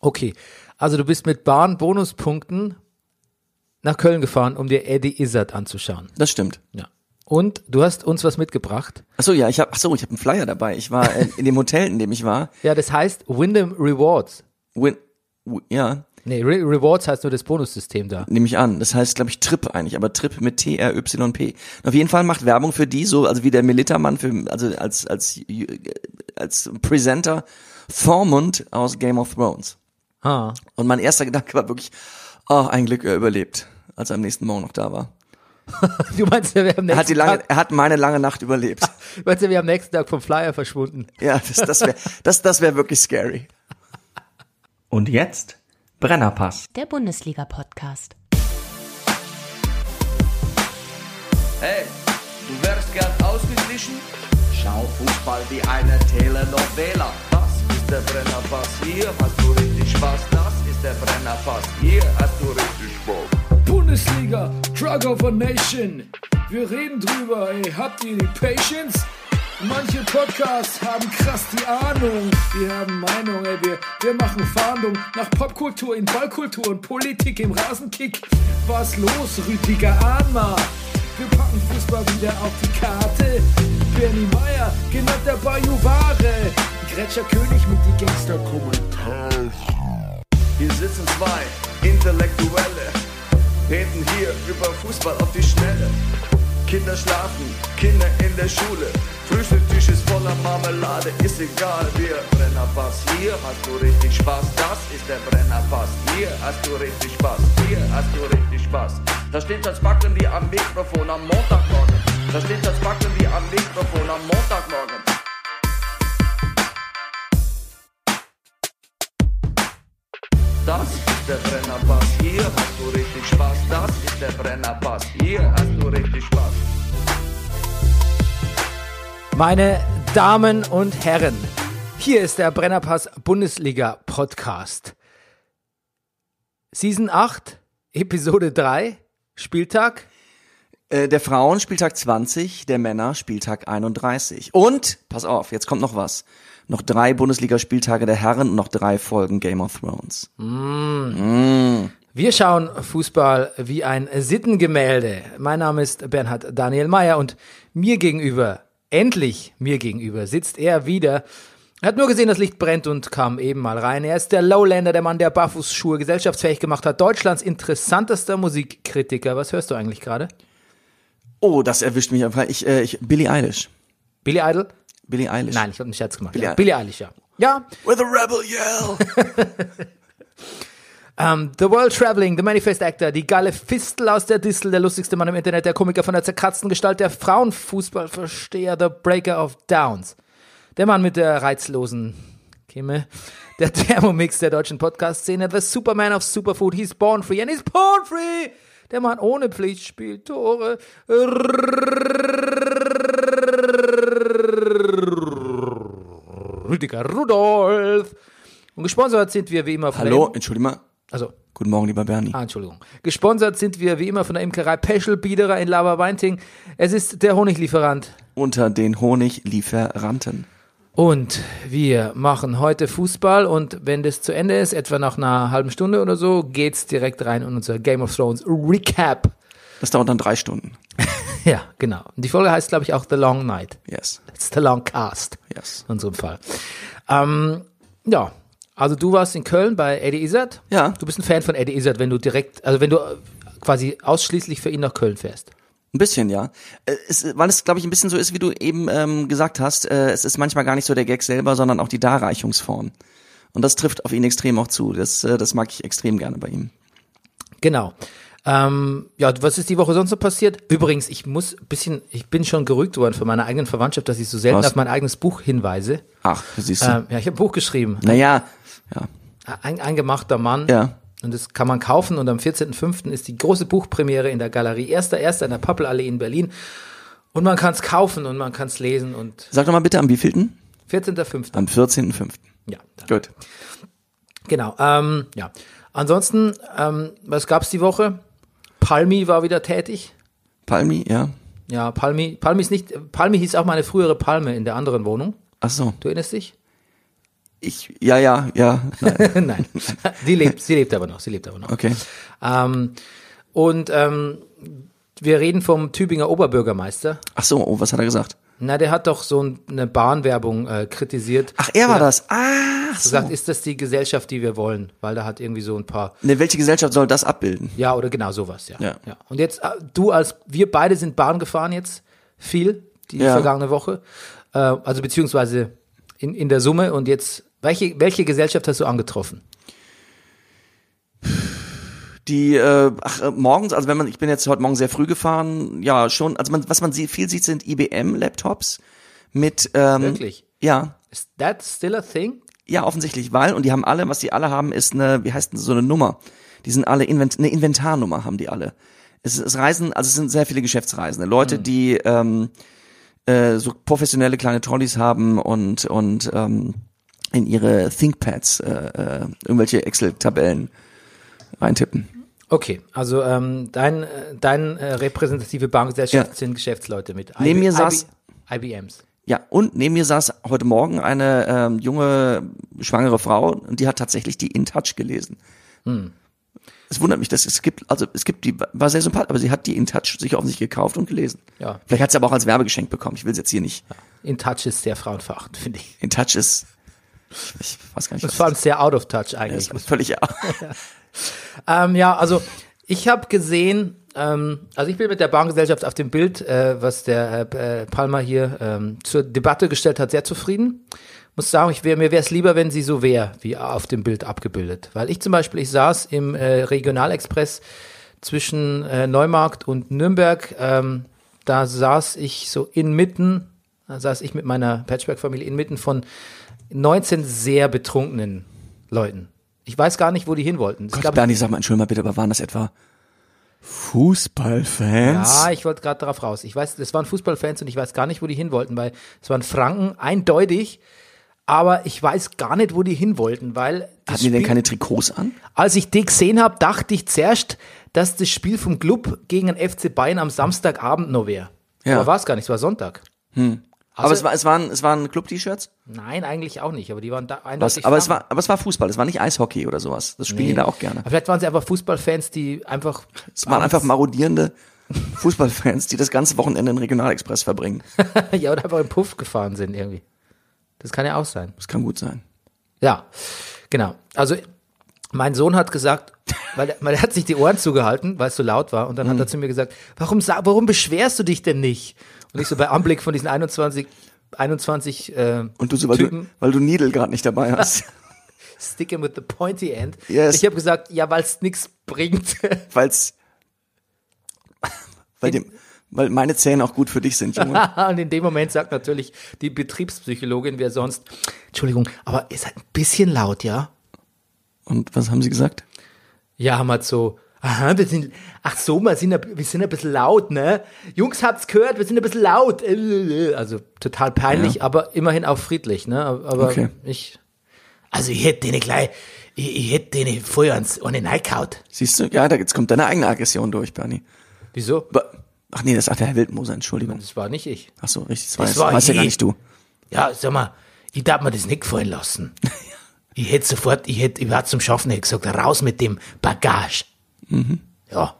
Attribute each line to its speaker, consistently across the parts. Speaker 1: Okay, also du bist mit Bahn-Bonuspunkten nach Köln gefahren, um dir Eddie Izzard anzuschauen.
Speaker 2: Das stimmt.
Speaker 1: Ja. Und du hast uns was mitgebracht.
Speaker 2: Ach so, ja, ich habe ach so, ich habe einen Flyer dabei. Ich war äh, in dem Hotel, in dem ich war.
Speaker 1: Ja, das heißt Wyndham Rewards.
Speaker 2: Win, w- ja,
Speaker 1: Nee, Re Rewards heißt nur das Bonussystem da.
Speaker 2: nehme ich an. Das heißt, glaube ich, Trip eigentlich, aber Trip mit T R Y P. Und auf jeden Fall macht Werbung für die so, also wie der Militermann für also als als als Presenter Thormund aus Game of Thrones.
Speaker 1: Ah.
Speaker 2: Und mein erster Gedanke war wirklich, oh, ein Glück, er überlebt, als er am nächsten Morgen noch da war.
Speaker 1: Du meinst ja, wir haben
Speaker 2: Er hat, die
Speaker 1: nächsten
Speaker 2: lange,
Speaker 1: Tag,
Speaker 2: er hat meine lange Nacht überlebt.
Speaker 1: du meinst ja, wir haben nächsten Tag vom Flyer verschwunden.
Speaker 2: Ja, das, das wäre das, das wär wirklich scary.
Speaker 3: Und jetzt Brennerpass.
Speaker 4: Der Bundesliga-Podcast.
Speaker 5: Hey, du wärst gern ausgeglichen? Schau Fußball wie eine Telenovela. Das ist der Brennerpass, hier hast du richtig Spaß. Das ist der Brennerpass, hier hast du richtig Spaß.
Speaker 6: Bundesliga, Drug of a Nation. Wir reden drüber, ey, habt ihr die Patience? Manche Podcasts haben krass die Ahnung. Wir haben Meinung, ey, wir, wir machen Fahndung nach Popkultur in Ballkultur und Politik im Rasenkick. Was los, Rüdiger Ahnma? Wir packen Fußball wieder auf die Karte. Bernie Meyer, genannt der Bayou Ware. Gretscher König mit die Gangster-Kommentare.
Speaker 5: Hier sitzen zwei Intellektuelle, reden hier über Fußball auf die Schnelle. Kinder schlafen, Kinder in der Schule, Frühstücktisch ist voller Marmelade, ist egal, wir Brennerpass, hier hast du richtig Spaß, das ist der Brennerpass, hier hast du richtig Spaß, hier hast du richtig Spaß. Da steht das Backen wie am Mikrofon am Montagmorgen, da steht das Backen wie am Mikrofon am Montagmorgen. Das ist der Brennerpass, hier hast du richtig Spaß. Das ist der Brennerpass, hier hast du richtig Spaß.
Speaker 1: Meine Damen und Herren, hier ist der Brennerpass Bundesliga Podcast. Season 8, Episode 3, Spieltag.
Speaker 2: Äh, der Frauen Spieltag 20, der Männer Spieltag 31. Und, pass auf, jetzt kommt noch was. Noch drei Bundesligaspieltage der Herren und noch drei Folgen Game of Thrones.
Speaker 1: Wir schauen Fußball wie ein Sittengemälde. Mein Name ist Bernhard Daniel Mayer und mir gegenüber, endlich mir gegenüber, sitzt er wieder. Er Hat nur gesehen, das Licht brennt und kam eben mal rein. Er ist der Lowlander, der Mann, der Barfußschuhe gesellschaftsfähig gemacht hat. Deutschlands interessantester Musikkritiker. Was hörst du eigentlich gerade?
Speaker 2: Oh, das erwischt mich einfach. Ich, äh, ich, Billie Eilish.
Speaker 1: Billy Idol?
Speaker 2: Billie Eilish.
Speaker 1: Nein, ich habe einen Scherz gemacht.
Speaker 2: Billie
Speaker 1: Billy, ja.
Speaker 2: Eil-
Speaker 1: Billie Eilish, ja. Ja,
Speaker 2: With a rebel yell.
Speaker 1: ähm, The World Traveling, The Manifest Actor, die geile Fistel aus der Distel, der lustigste Mann im Internet, der Komiker von der zerkratzten Gestalt, der Frauenfußballversteher, The Breaker of Downs, der Mann mit der reizlosen Kimme, der Thermomix der deutschen Podcast-Szene, The Superman of Superfood, he's born free and he's born free, der Mann ohne Pflichtspiel, Tore, Rüdiger Rudolf. Und gesponsert sind wir wie immer von
Speaker 2: Hallo,
Speaker 1: der-
Speaker 2: entschuldige mal.
Speaker 1: Also,
Speaker 2: Guten Morgen, lieber Bernie.
Speaker 1: Ah, Entschuldigung. Gesponsert sind wir wie immer von der Imkerei Peschel Biederer in Laberweinting. Es ist der Honiglieferant.
Speaker 2: Unter den Honiglieferanten.
Speaker 1: Und wir machen heute Fußball und wenn das zu Ende ist, etwa nach einer halben Stunde oder so, geht's direkt rein in unser Game of Thrones Recap.
Speaker 2: Das dauert dann drei Stunden.
Speaker 1: Ja, genau. Und die Folge heißt, glaube ich, auch The Long Night.
Speaker 2: Yes,
Speaker 1: It's The Long Cast
Speaker 2: yes.
Speaker 1: in unserem Fall. Ähm, ja, also du warst in Köln bei Eddie Izzard.
Speaker 2: Ja.
Speaker 1: Du bist ein Fan von Eddie Izzard, wenn du direkt, also wenn du äh, quasi ausschließlich für ihn nach Köln fährst.
Speaker 2: Ein bisschen, ja. Äh, Es, weil es, glaube ich, ein bisschen so ist, wie du eben ähm, gesagt hast, äh, es ist manchmal gar nicht so der Gag selber, sondern auch die Darreichungsform. Und das trifft auf ihn extrem auch zu. Das, äh, das mag ich extrem gerne bei ihm.
Speaker 1: Genau. Ähm, ja, was ist die Woche sonst so passiert? Übrigens, ich muss ein bisschen, ich bin schon gerügt worden von meiner eigenen Verwandtschaft, dass ich so selten
Speaker 2: Was? Hm.
Speaker 1: auf mein eigenes Buch hinweise.
Speaker 2: Ach, du siehst du.
Speaker 1: Ähm, ja, ich habe ein Buch geschrieben.
Speaker 2: naja, ja,
Speaker 1: Ein, ein gemachter Mann.
Speaker 2: Hm. ja.
Speaker 1: Und das kann man kaufen. Und am 14.05. ist die große Buchpremiere in der Galerie. Erster, erster in der Pappelallee in Berlin. Und man kann es kaufen und man kann es lesen. Und
Speaker 2: Sag doch mal bitte am wievielten?
Speaker 1: 14.05.
Speaker 2: Am 14.05.
Speaker 1: Ja,
Speaker 2: Gut.
Speaker 1: genau. Ähm, ja. Ansonsten, ähm, was gab's die Woche? Palmi war wieder tätig.
Speaker 2: Palmi, ja.
Speaker 1: Ja, Palmi, Palmi ist nicht, Palmi hieß auch meine frühere Palme in der anderen Wohnung.
Speaker 2: Ach so.
Speaker 1: Du erinnerst dich?
Speaker 2: Ich, ja, ja, ja. Nein.
Speaker 1: Nein, sie lebt, sie lebt aber noch, sie lebt aber noch.
Speaker 2: Okay.
Speaker 1: Ähm, und ähm, wir reden vom Tübinger Oberbürgermeister.
Speaker 2: Ach so, oh, was hat er gesagt?
Speaker 1: Na, der hat doch so ein, eine Bahnwerbung äh, kritisiert.
Speaker 2: Ach, er war das. Ach so.
Speaker 1: Gesagt, ist das die Gesellschaft, die wir wollen? Weil da hat irgendwie so ein paar,
Speaker 2: Ne, welche Gesellschaft soll das abbilden?
Speaker 1: ja oder genau sowas, ja.
Speaker 2: Ja.
Speaker 1: Und jetzt, äh, du als, wir beide sind Bahn gefahren jetzt, viel, die
Speaker 2: Ja.
Speaker 1: vergangene Woche. Äh, also beziehungsweise in, in der Summe. Und jetzt, welche, welche Gesellschaft hast du angetroffen?
Speaker 2: Die, äh, ach, äh, morgens, also wenn man, ich bin jetzt heute Morgen sehr früh gefahren, ja, schon, also man, was man sie- viel sieht, sind IBM-Laptops mit, ähm,
Speaker 1: Wirklich?
Speaker 2: ja,
Speaker 1: Is that still a thing?
Speaker 2: ja, offensichtlich, weil, und die haben alle, was die alle haben, ist eine, wie heißt denn so eine Nummer? Die sind alle, Invent eine Inventarnummer haben die alle. Es, es reisen, also es sind sehr viele Geschäftsreisende, Leute, die, ähm, äh, so professionelle kleine Trolleys haben und, und, ähm, in ihre ThinkPads äh, äh, irgendwelche Excel-Tabellen reintippen.
Speaker 1: Okay, also ähm, dein, äh, dein äh, repräsentative Bahngesellschaft
Speaker 2: Ja.
Speaker 1: sind Geschäftsleute mit
Speaker 2: Neben
Speaker 1: IB
Speaker 2: mir saß-
Speaker 1: IBMs.
Speaker 2: Ja, und neben mir saß heute Morgen eine ähm, junge, schwangere Frau und die hat tatsächlich die In Touch gelesen.
Speaker 1: Hm.
Speaker 2: Es wundert mich, dass es gibt, also es gibt die, war sehr sympathisch, aber sie hat die In Touch sich offensichtlich gekauft und gelesen.
Speaker 1: Ja.
Speaker 2: Vielleicht hat sie aber auch als Werbegeschenk bekommen. Ich will es jetzt hier nicht.
Speaker 1: In Touch ist sehr frauenverachtend, finde ich.
Speaker 2: In Touch ist, ich weiß gar nicht,
Speaker 1: Das ist vor allem sehr out of touch eigentlich.
Speaker 2: ist völlig,
Speaker 1: Ähm, ja, also ich habe gesehen, ähm, also ich bin mit der Bahngesellschaft auf dem Bild, äh, was der äh, äh, Palmer hier ähm, zur Debatte gestellt hat, sehr zufrieden. Muss sagen, ich wär, mir wäre es lieber, wenn sie so wäre, wie auf dem Bild abgebildet. Weil ich zum Beispiel, ich saß im äh, Regionalexpress zwischen äh, Neumarkt und Nürnberg. Ähm, da saß ich so inmitten, da saß ich mit meiner Patchwork-Familie inmitten von 19 sehr betrunkenen Leuten. Ich weiß gar nicht, wo die hin wollten. Es
Speaker 2: Gott,
Speaker 1: gab-
Speaker 2: Bernie, sag mal, entschuldige mal bitte, aber waren das etwa Fußballfans?
Speaker 1: Ja, Ah, ich wollte gerade darauf raus. Ich weiß, das waren Fußballfans und ich weiß gar nicht, wo die hin wollten, weil es waren Franken, eindeutig. Aber ich weiß gar nicht, wo die hin wollten, weil das
Speaker 2: Hatten die denn
Speaker 1: Spiel-
Speaker 2: keine Trikots an?
Speaker 1: als ich die gesehen habe, dachte ich zuerst, dass das Spiel vom Club gegen den FC Bayern am Samstagabend noch wäre.
Speaker 2: Ja.
Speaker 1: Aber war es gar nicht, es war Sonntag. Also
Speaker 2: aber es, war, es waren, es waren Club-T-Shirts?
Speaker 1: Nein, eigentlich auch nicht, aber die waren da
Speaker 2: Was,
Speaker 1: eindeutig.
Speaker 2: aber es
Speaker 1: Franken.
Speaker 2: war, aber es war Fußball, es war nicht Eishockey oder sowas. Das spielen die da auch gerne.
Speaker 1: Aber vielleicht waren sie einfach Fußballfans, die einfach.
Speaker 2: Es waren einfach marodierende Fußballfans, die das ganze Wochenende in Regionalexpress verbringen.
Speaker 1: ja, oder einfach im Puff gefahren sind irgendwie. Das kann ja auch sein.
Speaker 2: Das kann gut sein.
Speaker 1: Ja, genau. Also mein Sohn hat gesagt, weil er, weil er hat sich die Ohren zugehalten, weil es so laut war. Und dann
Speaker 2: Mhm.
Speaker 1: hat er zu mir gesagt, warum, sa- warum beschwerst du dich denn nicht? Und ich so bei Anblick von diesen 21, 21 äh,
Speaker 2: Und du so, weil du,
Speaker 1: Typen,
Speaker 2: weil du Needle gerade nicht dabei hast.
Speaker 1: sticking with the pointy end.
Speaker 2: Yes.
Speaker 1: Ich habe gesagt, ja, weil es nichts bringt.
Speaker 2: Weil's, weil dem, weil meine Zähne auch gut für dich sind, Junge.
Speaker 1: Und in dem Moment sagt natürlich die Betriebspsychologin, wer sonst, Entschuldigung, aber ihr seid ein bisschen laut, ja?
Speaker 2: Und was haben sie gesagt?
Speaker 1: Ja, haben halt so. Aha, wir sind, ach so, wir sind, ein- wir sind ein bisschen laut, ne? Jungs, habt's gehört, wir sind ein bisschen laut. Äh, Also total peinlich, aber immerhin auch friedlich, ne? Aber
Speaker 2: Okay.
Speaker 1: ich, also ich hätte denen gleich, ich, ich hätte denen vorher ans, an den Neikaut.
Speaker 2: Siehst du? Ja, da jetzt kommt deine eigene Aggression durch, Bernie.
Speaker 1: Wieso?
Speaker 2: Aber- Ach nee, das sagt der Herr Wildmoser, Entschuldigung.
Speaker 1: Das war nicht ich.
Speaker 2: Ach so, richtig, das war,
Speaker 1: Das
Speaker 2: das
Speaker 1: war
Speaker 2: warst ja gar
Speaker 1: ich.
Speaker 2: nicht du.
Speaker 1: Ja, sag mal, ich darf mir das nicht gefallen lassen. ich hätte sofort, ich hätte, ich war zum Schaffen, hätte gesagt, raus mit dem Bagage. Ja,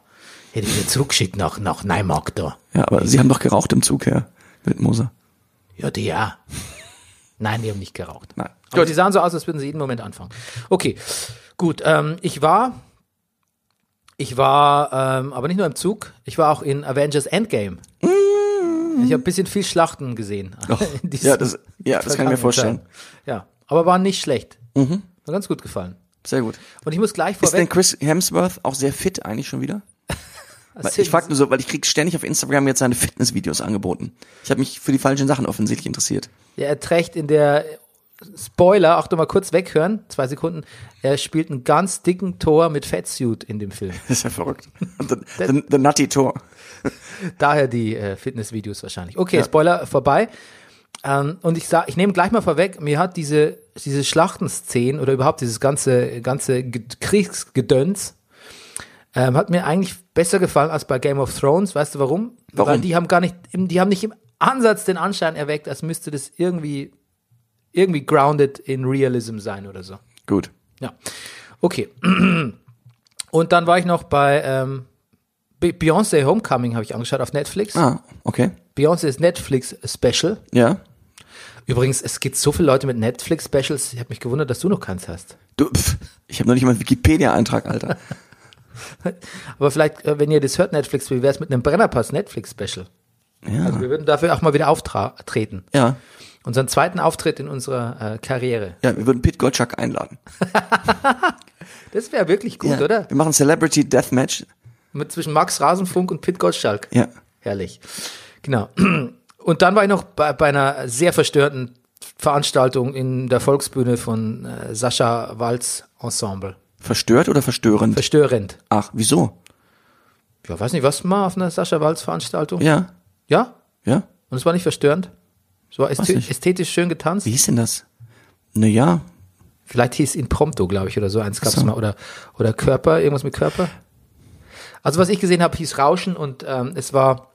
Speaker 1: hätte ich wieder zurückgeschickt nach, nach Neumarkt da.
Speaker 2: Ja, aber sie haben doch geraucht im Zug, Herr Wildmoser.
Speaker 1: Ja, die ja. Nein, die haben nicht geraucht.
Speaker 2: Nein.
Speaker 1: Aber die sahen so aus, als würden sie jeden Moment anfangen. Okay, gut. Ähm, ich war, ich war, ähm, aber nicht nur im Zug. Ich war auch in Avengers Endgame. Ich habe ein bisschen viel Schlachten gesehen. In diesem
Speaker 2: Mm. Oh. Ja, das, ja, das kann ich
Speaker 1: vergangenen
Speaker 2: mir vorstellen.
Speaker 1: Teil. Ja, aber waren nicht schlecht. War ganz gut gefallen.
Speaker 2: Sehr gut.
Speaker 1: Und ich muss gleich
Speaker 2: Ist denn
Speaker 1: vorweg.
Speaker 2: Chris Hemsworth auch sehr fit eigentlich schon wieder? Weil ich frag nur so, weil ich krieg ständig auf Instagram jetzt seine Fitnessvideos angeboten. Ich habe mich für die falschen Sachen offensichtlich interessiert.
Speaker 1: Ja, er trägt in der Spoiler, auch mal kurz weghören, zwei Sekunden. Er spielt einen ganz dicken Tor mit Fatsuit in dem Film.
Speaker 2: Das ist ja verrückt. The, the, the Nutty Tor.
Speaker 1: Daher die äh, Fitnessvideos wahrscheinlich. Okay, Spoiler vorbei. Ähm, und ich sag, ich nehme gleich mal vorweg, mir hat diese, diese Schlachtenszenen oder überhaupt dieses ganze, ganze Ge- Kriegsgedöns, ähm, hat mir eigentlich besser gefallen als bei Game of Thrones. Weißt du warum?
Speaker 2: Warum?
Speaker 1: Weil die haben gar nicht, im- die haben nicht im Ansatz den Anschein erweckt, als müsste das irgendwie irgendwie grounded in Realism sein oder so.
Speaker 2: Gut.
Speaker 1: Ja. Okay. Und dann war ich noch bei ähm, Be- Beyoncé Homecoming, habe ich angeschaut auf Netflix.
Speaker 2: Ah, okay.
Speaker 1: Beyoncé's Netflix Special.
Speaker 2: Ja.
Speaker 1: Übrigens, es gibt so viele Leute mit Netflix Specials. Ich habe mich gewundert, dass du noch keins hast.
Speaker 2: Du, pf, ich habe noch nicht mal einen Wikipedia-Eintrag, Alter.
Speaker 1: Aber vielleicht, äh, wenn ihr das hört, Netflix, wie wäre es mit einem Brennerpass Netflix Special? Also wir würden dafür auch mal wieder auftreten.
Speaker 2: Ja.
Speaker 1: Unseren zweiten Auftritt in unserer äh, Karriere.
Speaker 2: Ja, wir würden Pete Gottschalk einladen.
Speaker 1: Das wäre wirklich gut,
Speaker 2: ja.
Speaker 1: oder?
Speaker 2: Wir machen Celebrity Deathmatch.
Speaker 1: Mit zwischen Max Rasenfunk und Pit Gottschalk.
Speaker 2: Ja.
Speaker 1: Herrlich. Genau. Und dann war ich noch bei, bei einer sehr verstörten Veranstaltung in der Volksbühne von äh, Sascha Walz Ensemble.
Speaker 2: Verstört oder verstörend?
Speaker 1: Verstörend.
Speaker 2: Ach, wieso?
Speaker 1: Ja, weiß nicht, was mal auf einer Sascha Walz Veranstaltung?
Speaker 2: Ja.
Speaker 1: Ja?
Speaker 2: Ja.
Speaker 1: Und es war nicht verstörend? Es war ästhe-
Speaker 2: nicht.
Speaker 1: ästhetisch schön getanzt?
Speaker 2: Wie hieß denn das? Naja,
Speaker 1: Vielleicht hieß Impromptu, glaube ich, oder so. Eins gab's mal. Oder, oder Körper, irgendwas mit Körper. Also was ich gesehen habe, hieß Rauschen und ähm, es war,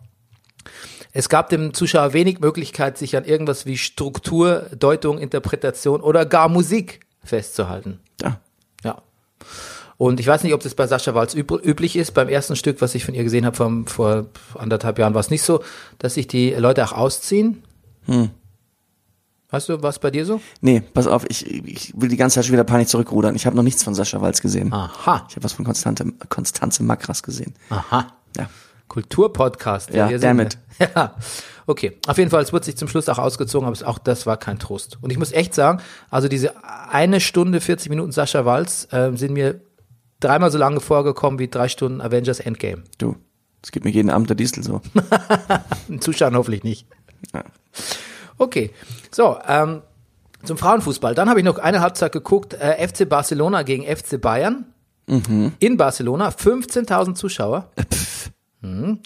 Speaker 1: es gab dem Zuschauer wenig Möglichkeit, sich an irgendwas wie Struktur, Deutung, Interpretation oder gar Musik festzuhalten.
Speaker 2: da.
Speaker 1: Ja. Und ich weiß nicht, ob das bei Sascha Walz üb üblich ist. Beim ersten Stück, was ich von ihr gesehen habe, vom- vor anderthalb Jahren, war es nicht so, dass sich die Leute auch ausziehen. Hm. Weißt du, was bei dir so?
Speaker 2: Nee, pass auf, ich, ich will die ganze Zeit schon wieder Panik zurückrudern. Ich habe noch nichts von Sascha Walz gesehen.
Speaker 1: Aha.
Speaker 2: Ich habe was von Konstante, Konstanze Makras gesehen.
Speaker 1: Aha.
Speaker 2: Ja.
Speaker 1: Kulturpodcast.
Speaker 2: Ja,
Speaker 1: hier sind
Speaker 2: damn it.
Speaker 1: wir. Ja, okay. Auf jeden Fall, es wird sich zum Schluss auch ausgezogen, aber es, auch das war kein Trost. Und ich muss echt sagen, also diese eine Stunde, 40 Minuten Sascha Walz ähm, sind mir dreimal so lange vorgekommen wie drei Stunden Avengers Endgame.
Speaker 2: Du, es gibt mir jeden Abend der Diesel so.
Speaker 1: Den Zuschauern hoffentlich nicht.
Speaker 2: Ja.
Speaker 1: Okay, so, ähm, zum Frauenfußball. Dann habe ich noch eine Halbzeit geguckt, äh, FC Barcelona gegen FC Bayern. In Barcelona, 15.000 Zuschauer. Mhm.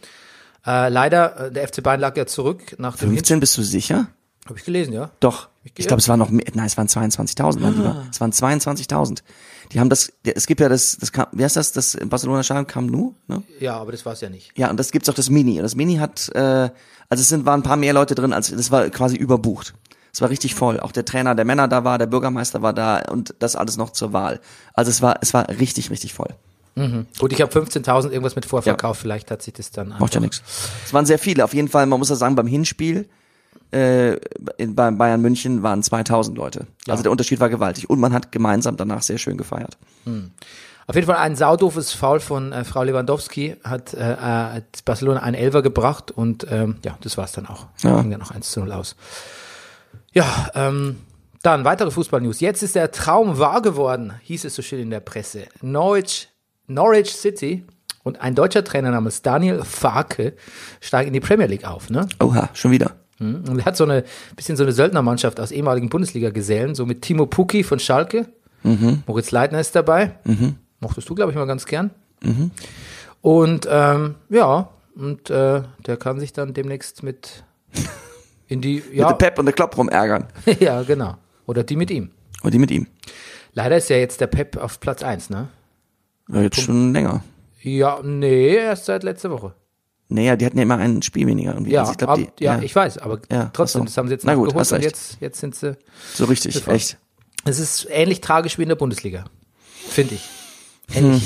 Speaker 1: Äh, leider, äh, der FC Bayern lag ja zurück nach dem Hin-
Speaker 2: 15 bist du sicher?
Speaker 1: Habe ich gelesen, ja.
Speaker 2: Doch.
Speaker 1: gehe-
Speaker 2: Ich glaube, es waren noch mehr. Nein, es waren 22.000, mein Lieber. Es waren 22.000. Die haben das, es gibt ja das, das Camp- wie heißt das, das Barcelona Stadion Camp Nou, ne?
Speaker 1: Ja, aber das war es ja nicht.
Speaker 2: Ja, und das gibt's auch das Mini. Und das Mini hat, äh, also es sind, waren ein paar mehr Leute drin, als das war quasi überbucht. Es war richtig voll. Auch der Trainer der Männer da war, der Bürgermeister war da und das alles noch zur Wahl. Also es war, es war richtig, richtig voll.
Speaker 1: Gut, ich habe 15.000 irgendwas mit Vorverkauf, vielleicht hat sich das dann
Speaker 2: Macht ja nichts. Es waren sehr viele. Auf jeden Fall, man muss ja sagen, beim Hinspiel äh, in, bei Bayern München waren 2000 Leute. Also der Unterschied war gewaltig. Und man hat gemeinsam danach sehr schön gefeiert.
Speaker 1: Auf jeden Fall ein saudoofes Foul von äh, Frau Lewandowski hat, äh, äh, hat Barcelona einen Elfer gebracht und ähm, ja, das war's dann auch.
Speaker 2: Ja.
Speaker 1: Ging dann auch 1 zu 0 aus. Ja, ähm, dann weitere Fußball-News. Jetzt ist der Traum wahr geworden, hieß es so schön in der Presse. Norwich, Norwich City und ein deutscher Trainer namens Daniel Farke steigen in die Premier League auf. Ne?
Speaker 2: Oha, schon wieder.
Speaker 1: Und er hat so eine bisschen so eine Söldnermannschaft aus ehemaligen Bundesliga-Gesellen, so mit Timo Puki von Schalke.
Speaker 2: Mhm.
Speaker 1: Moritz Leitner ist dabei. Mochtest du, glaube ich, mal ganz gern.
Speaker 2: Mhm.
Speaker 1: Und ähm, ja, und äh, der kann sich dann demnächst mit in die ja,
Speaker 2: Mit der Pep und der Klopp rumärgern.
Speaker 1: ja, genau. Oder die mit ihm.
Speaker 2: Und die mit ihm.
Speaker 1: Leider ist ja jetzt der Pep auf Platz 1, ne?
Speaker 2: Ja, jetzt schon länger.
Speaker 1: Ja, nee, erst seit letzter Woche.
Speaker 2: Naja, die hatten ja immer ein Spiel weniger. Irgendwie.
Speaker 1: Ja,
Speaker 2: Also ich glaub,
Speaker 1: ab,
Speaker 2: die,
Speaker 1: ja, ich weiß, aber
Speaker 2: Ja,
Speaker 1: trotzdem,
Speaker 2: ach so.
Speaker 1: das haben sie jetzt
Speaker 2: Na gut,
Speaker 1: nachgeholt
Speaker 2: hast
Speaker 1: und
Speaker 2: recht.
Speaker 1: jetzt, jetzt sind sie
Speaker 2: So richtig,
Speaker 1: Bevor-
Speaker 2: echt.
Speaker 1: Es ist ähnlich tragisch wie in der Bundesliga, finde ich. Ähnlich.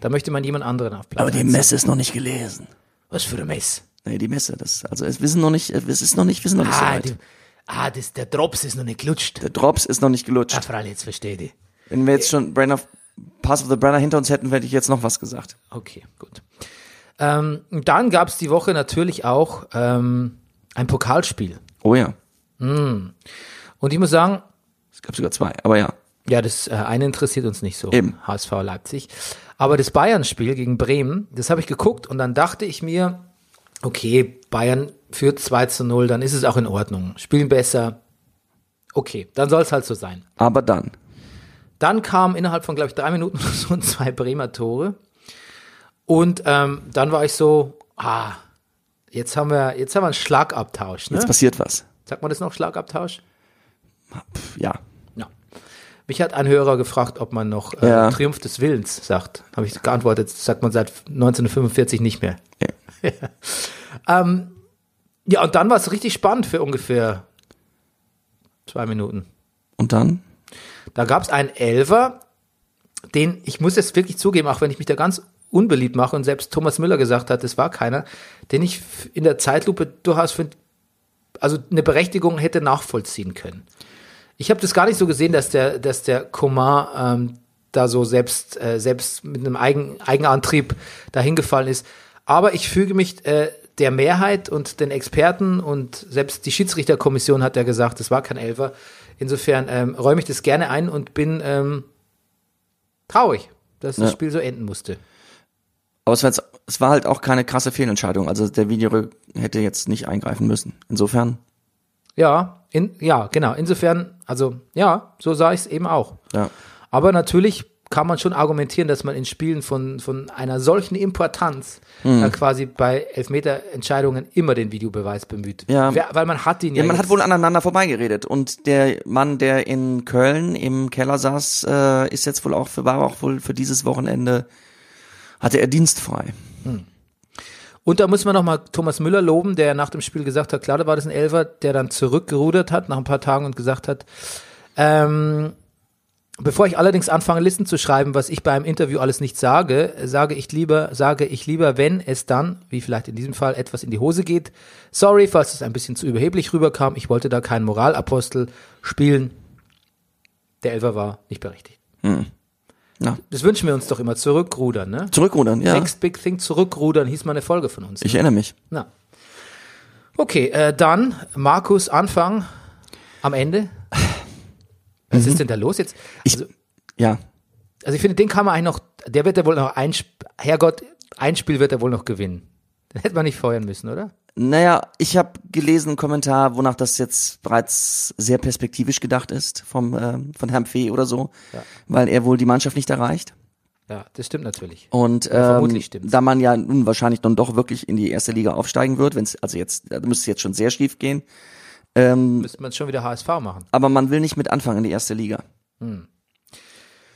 Speaker 1: Da möchte man jemand anderen auf Platz
Speaker 2: Aber die
Speaker 1: eins.
Speaker 2: Messe ist noch nicht gelesen.
Speaker 1: Was für ein Mess.
Speaker 2: Also- Nee, die Messe, das, also es wissen noch nicht, es ist noch nicht, wissen noch nicht so
Speaker 1: Ah,
Speaker 2: weit.
Speaker 1: die, ah das, der Drops ist noch nicht klutscht.
Speaker 2: Der Drops ist noch nicht
Speaker 1: Ah,
Speaker 2: gelutscht.
Speaker 1: Fralli, jetzt verstehe ich.
Speaker 2: Wenn wir jetzt schon Brenner, Pass of the Brenner hinter uns hätten, hätte ich jetzt noch was gesagt.
Speaker 1: Okay, gut. Ähm, und dann gab es die Woche natürlich auch ähm, ein Pokalspiel.
Speaker 2: Oh ja.
Speaker 1: Und ich muss sagen,
Speaker 2: Es gab sogar zwei, aber ja.
Speaker 1: ja, das äh, eine interessiert uns nicht so.
Speaker 2: Eben.
Speaker 1: HSV Leipzig. Aber das Bayern-Spiel gegen Bremen, das habe ich geguckt und dann dachte ich mir, okay, Bayern führt 2 zu 0, dann ist es auch in Ordnung. Spielen besser. Okay, dann soll es halt so sein.
Speaker 2: Aber dann.
Speaker 1: Dann kamen innerhalb von, glaube ich, drei Minuten oder so zwei Bremer Tore. Und ähm, dann war ich so, ah, jetzt haben wir, jetzt haben wir einen Schlagabtausch. Ne?
Speaker 2: Jetzt passiert was.
Speaker 1: Sagt man das noch, Schlagabtausch?
Speaker 2: Pff, ja.
Speaker 1: Ja. Mich hat ein Hörer gefragt, ob man noch äh,
Speaker 2: Ja.
Speaker 1: Triumph des Willens sagt. Habe ich geantwortet, das sagt man seit 1945 nicht mehr. Ähm,
Speaker 2: Ja.
Speaker 1: Ja, und dann war es richtig spannend für ungefähr Zwei Minuten.
Speaker 2: Und dann?
Speaker 1: Da gab es einen Elfer, den, ich muss es wirklich zugeben, auch wenn ich mich da ganz unbeliebt mache und selbst Thomas Müller gesagt hat, es war keiner, den ich f- in der Zeitlupe durchaus für, also eine Berechtigung hätte nachvollziehen können. Ich habe das gar nicht so gesehen, dass der, dass der Coman ähm, da so selbst, äh, selbst mit einem Eigen, Eigenantrieb dahin gefallen ist. Aber ich füge mich äh, der Mehrheit und den Experten und selbst die Schiedsrichterkommission hat ja gesagt, es war kein Elfer. Insofern ähm, räume ich das gerne ein und bin ähm, traurig, dass das
Speaker 2: Ja.
Speaker 1: Spiel so enden musste.
Speaker 2: Aber es war, jetzt, es war halt auch keine krasse Fehlentscheidung. Also der Video hätte jetzt nicht eingreifen müssen. Insofern,
Speaker 1: Ja, in, ja, genau. Insofern, also ja, so sah ich es eben auch.
Speaker 2: ja.
Speaker 1: Aber natürlich kann man schon argumentieren, dass man in Spielen von, von einer solchen Importanz
Speaker 2: Hm.
Speaker 1: dann quasi bei Elfmeterentscheidungen immer den Videobeweis bemüht.
Speaker 2: Ja.
Speaker 1: Wer- Weil man hat ihn ja.
Speaker 2: Ja, man hat
Speaker 1: jetzt.
Speaker 2: wohl aneinander vorbeigeredet. Und der Mann, der in Köln im Keller saß, äh, ist jetzt wohl auch für, war auch wohl für dieses Wochenende, hatte er dienstfrei.
Speaker 1: Und da muss man nochmal Thomas Müller loben, der nach dem Spiel gesagt hat, klar, da war das ein Elfer, der dann zurückgerudert hat nach ein paar Tagen und gesagt hat, ähm, bevor ich allerdings anfange, Listen zu schreiben, was ich bei einem Interview alles nicht sage, sage ich lieber, sage ich lieber, wenn es dann, wie vielleicht in diesem Fall, etwas in die Hose geht. Sorry, falls es ein bisschen zu überheblich rüberkam, ich wollte da keinen Moralapostel spielen. Der Elfer war nicht berechtigt.
Speaker 2: Ja.
Speaker 1: Das wünschen wir uns doch immer, zurückrudern, ne?
Speaker 2: Zurückrudern, ja.
Speaker 1: Next Big Thing zurückrudern hieß mal eine Folge von uns.
Speaker 2: Ich erinnere mich.
Speaker 1: Na. Okay, äh, dann Markus Anfang am Ende. Was ist denn da los jetzt?
Speaker 2: Mhm. Ich, ja.
Speaker 1: Also ich finde, den kann man eigentlich noch, der wird ja wohl noch ein, Sp- Herrgott, ein Spiel wird er wohl noch gewinnen. Den hätte man nicht feuern müssen, oder?
Speaker 2: Naja, ich habe gelesen einen Kommentar, wonach das jetzt bereits sehr perspektivisch gedacht ist vom ähm, von Herrn Fee oder so, weil er wohl die Mannschaft nicht erreicht.
Speaker 1: Ja, das stimmt natürlich.
Speaker 2: Und ähm,
Speaker 1: vermutlich stimmt's.
Speaker 2: da man ja nun wahrscheinlich dann doch wirklich in die erste Liga aufsteigen wird, wenn's, also jetzt, da müsste es jetzt schon sehr schief gehen, Mhm.
Speaker 1: Müsste man schon wieder HSV machen.
Speaker 2: aber man will nicht mit anfangen in die erste Liga.
Speaker 1: Gut.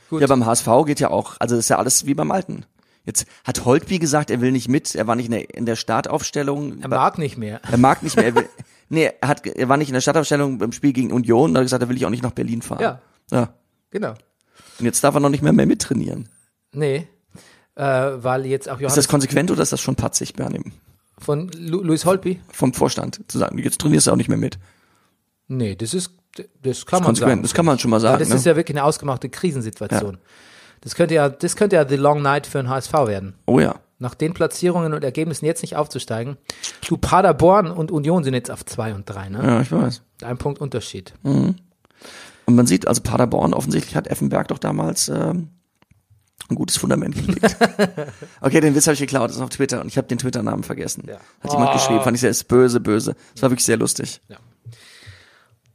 Speaker 2: Hm. Ja, beim HSV geht ja auch, also ist ja alles wie beim Alten. Jetzt hat Holtby gesagt, er will nicht mit, er war nicht in der, in der Startaufstellung.
Speaker 1: Er mag nicht mehr.
Speaker 2: Er mag nicht mehr. Er will, nee, er, hat, ge- er war nicht in der Stadtaufstellung beim Spiel gegen Union und hat gesagt, da will ich auch nicht nach Berlin fahren.
Speaker 1: Ja.
Speaker 2: ja.
Speaker 1: Genau.
Speaker 2: Und jetzt darf er noch nicht mehr, mehr mittrainieren.
Speaker 1: Nee. Äh, weil jetzt auch
Speaker 2: Ist
Speaker 1: Johannes
Speaker 2: das konsequent oder ist das schon patzig, Bernim?
Speaker 1: von Lu Luis Holtby?
Speaker 2: Vom Vorstand zu sagen, jetzt trainierst du auch nicht mehr mit.
Speaker 1: Nee, das ist, das kann man sagen.
Speaker 2: Konsequent, das kann man schon mal sagen.
Speaker 1: das
Speaker 2: ne?
Speaker 1: ist ja wirklich eine ausgemachte Krisensituation. Das könnte ja, das könnte ja the long night für den HSV werden.
Speaker 2: oh ja.
Speaker 1: Nach den Platzierungen und Ergebnissen jetzt nicht aufzusteigen. Du, Paderborn und Union sind jetzt auf zwei und drei, ne?
Speaker 2: Ja, ich weiß.
Speaker 1: Ein Punkt Unterschied.
Speaker 2: Und man sieht, also Paderborn, offensichtlich hat Effenberg doch damals ähm, ein gutes Fundament gelegt. okay, den Witz habe ich geklaut, das ist auf Twitter und ich habe den Twitter-Namen vergessen.
Speaker 1: Ja. Ah.
Speaker 2: Hat jemand geschrieben, fand ich sehr, ist böse, böse. Das war wirklich sehr lustig.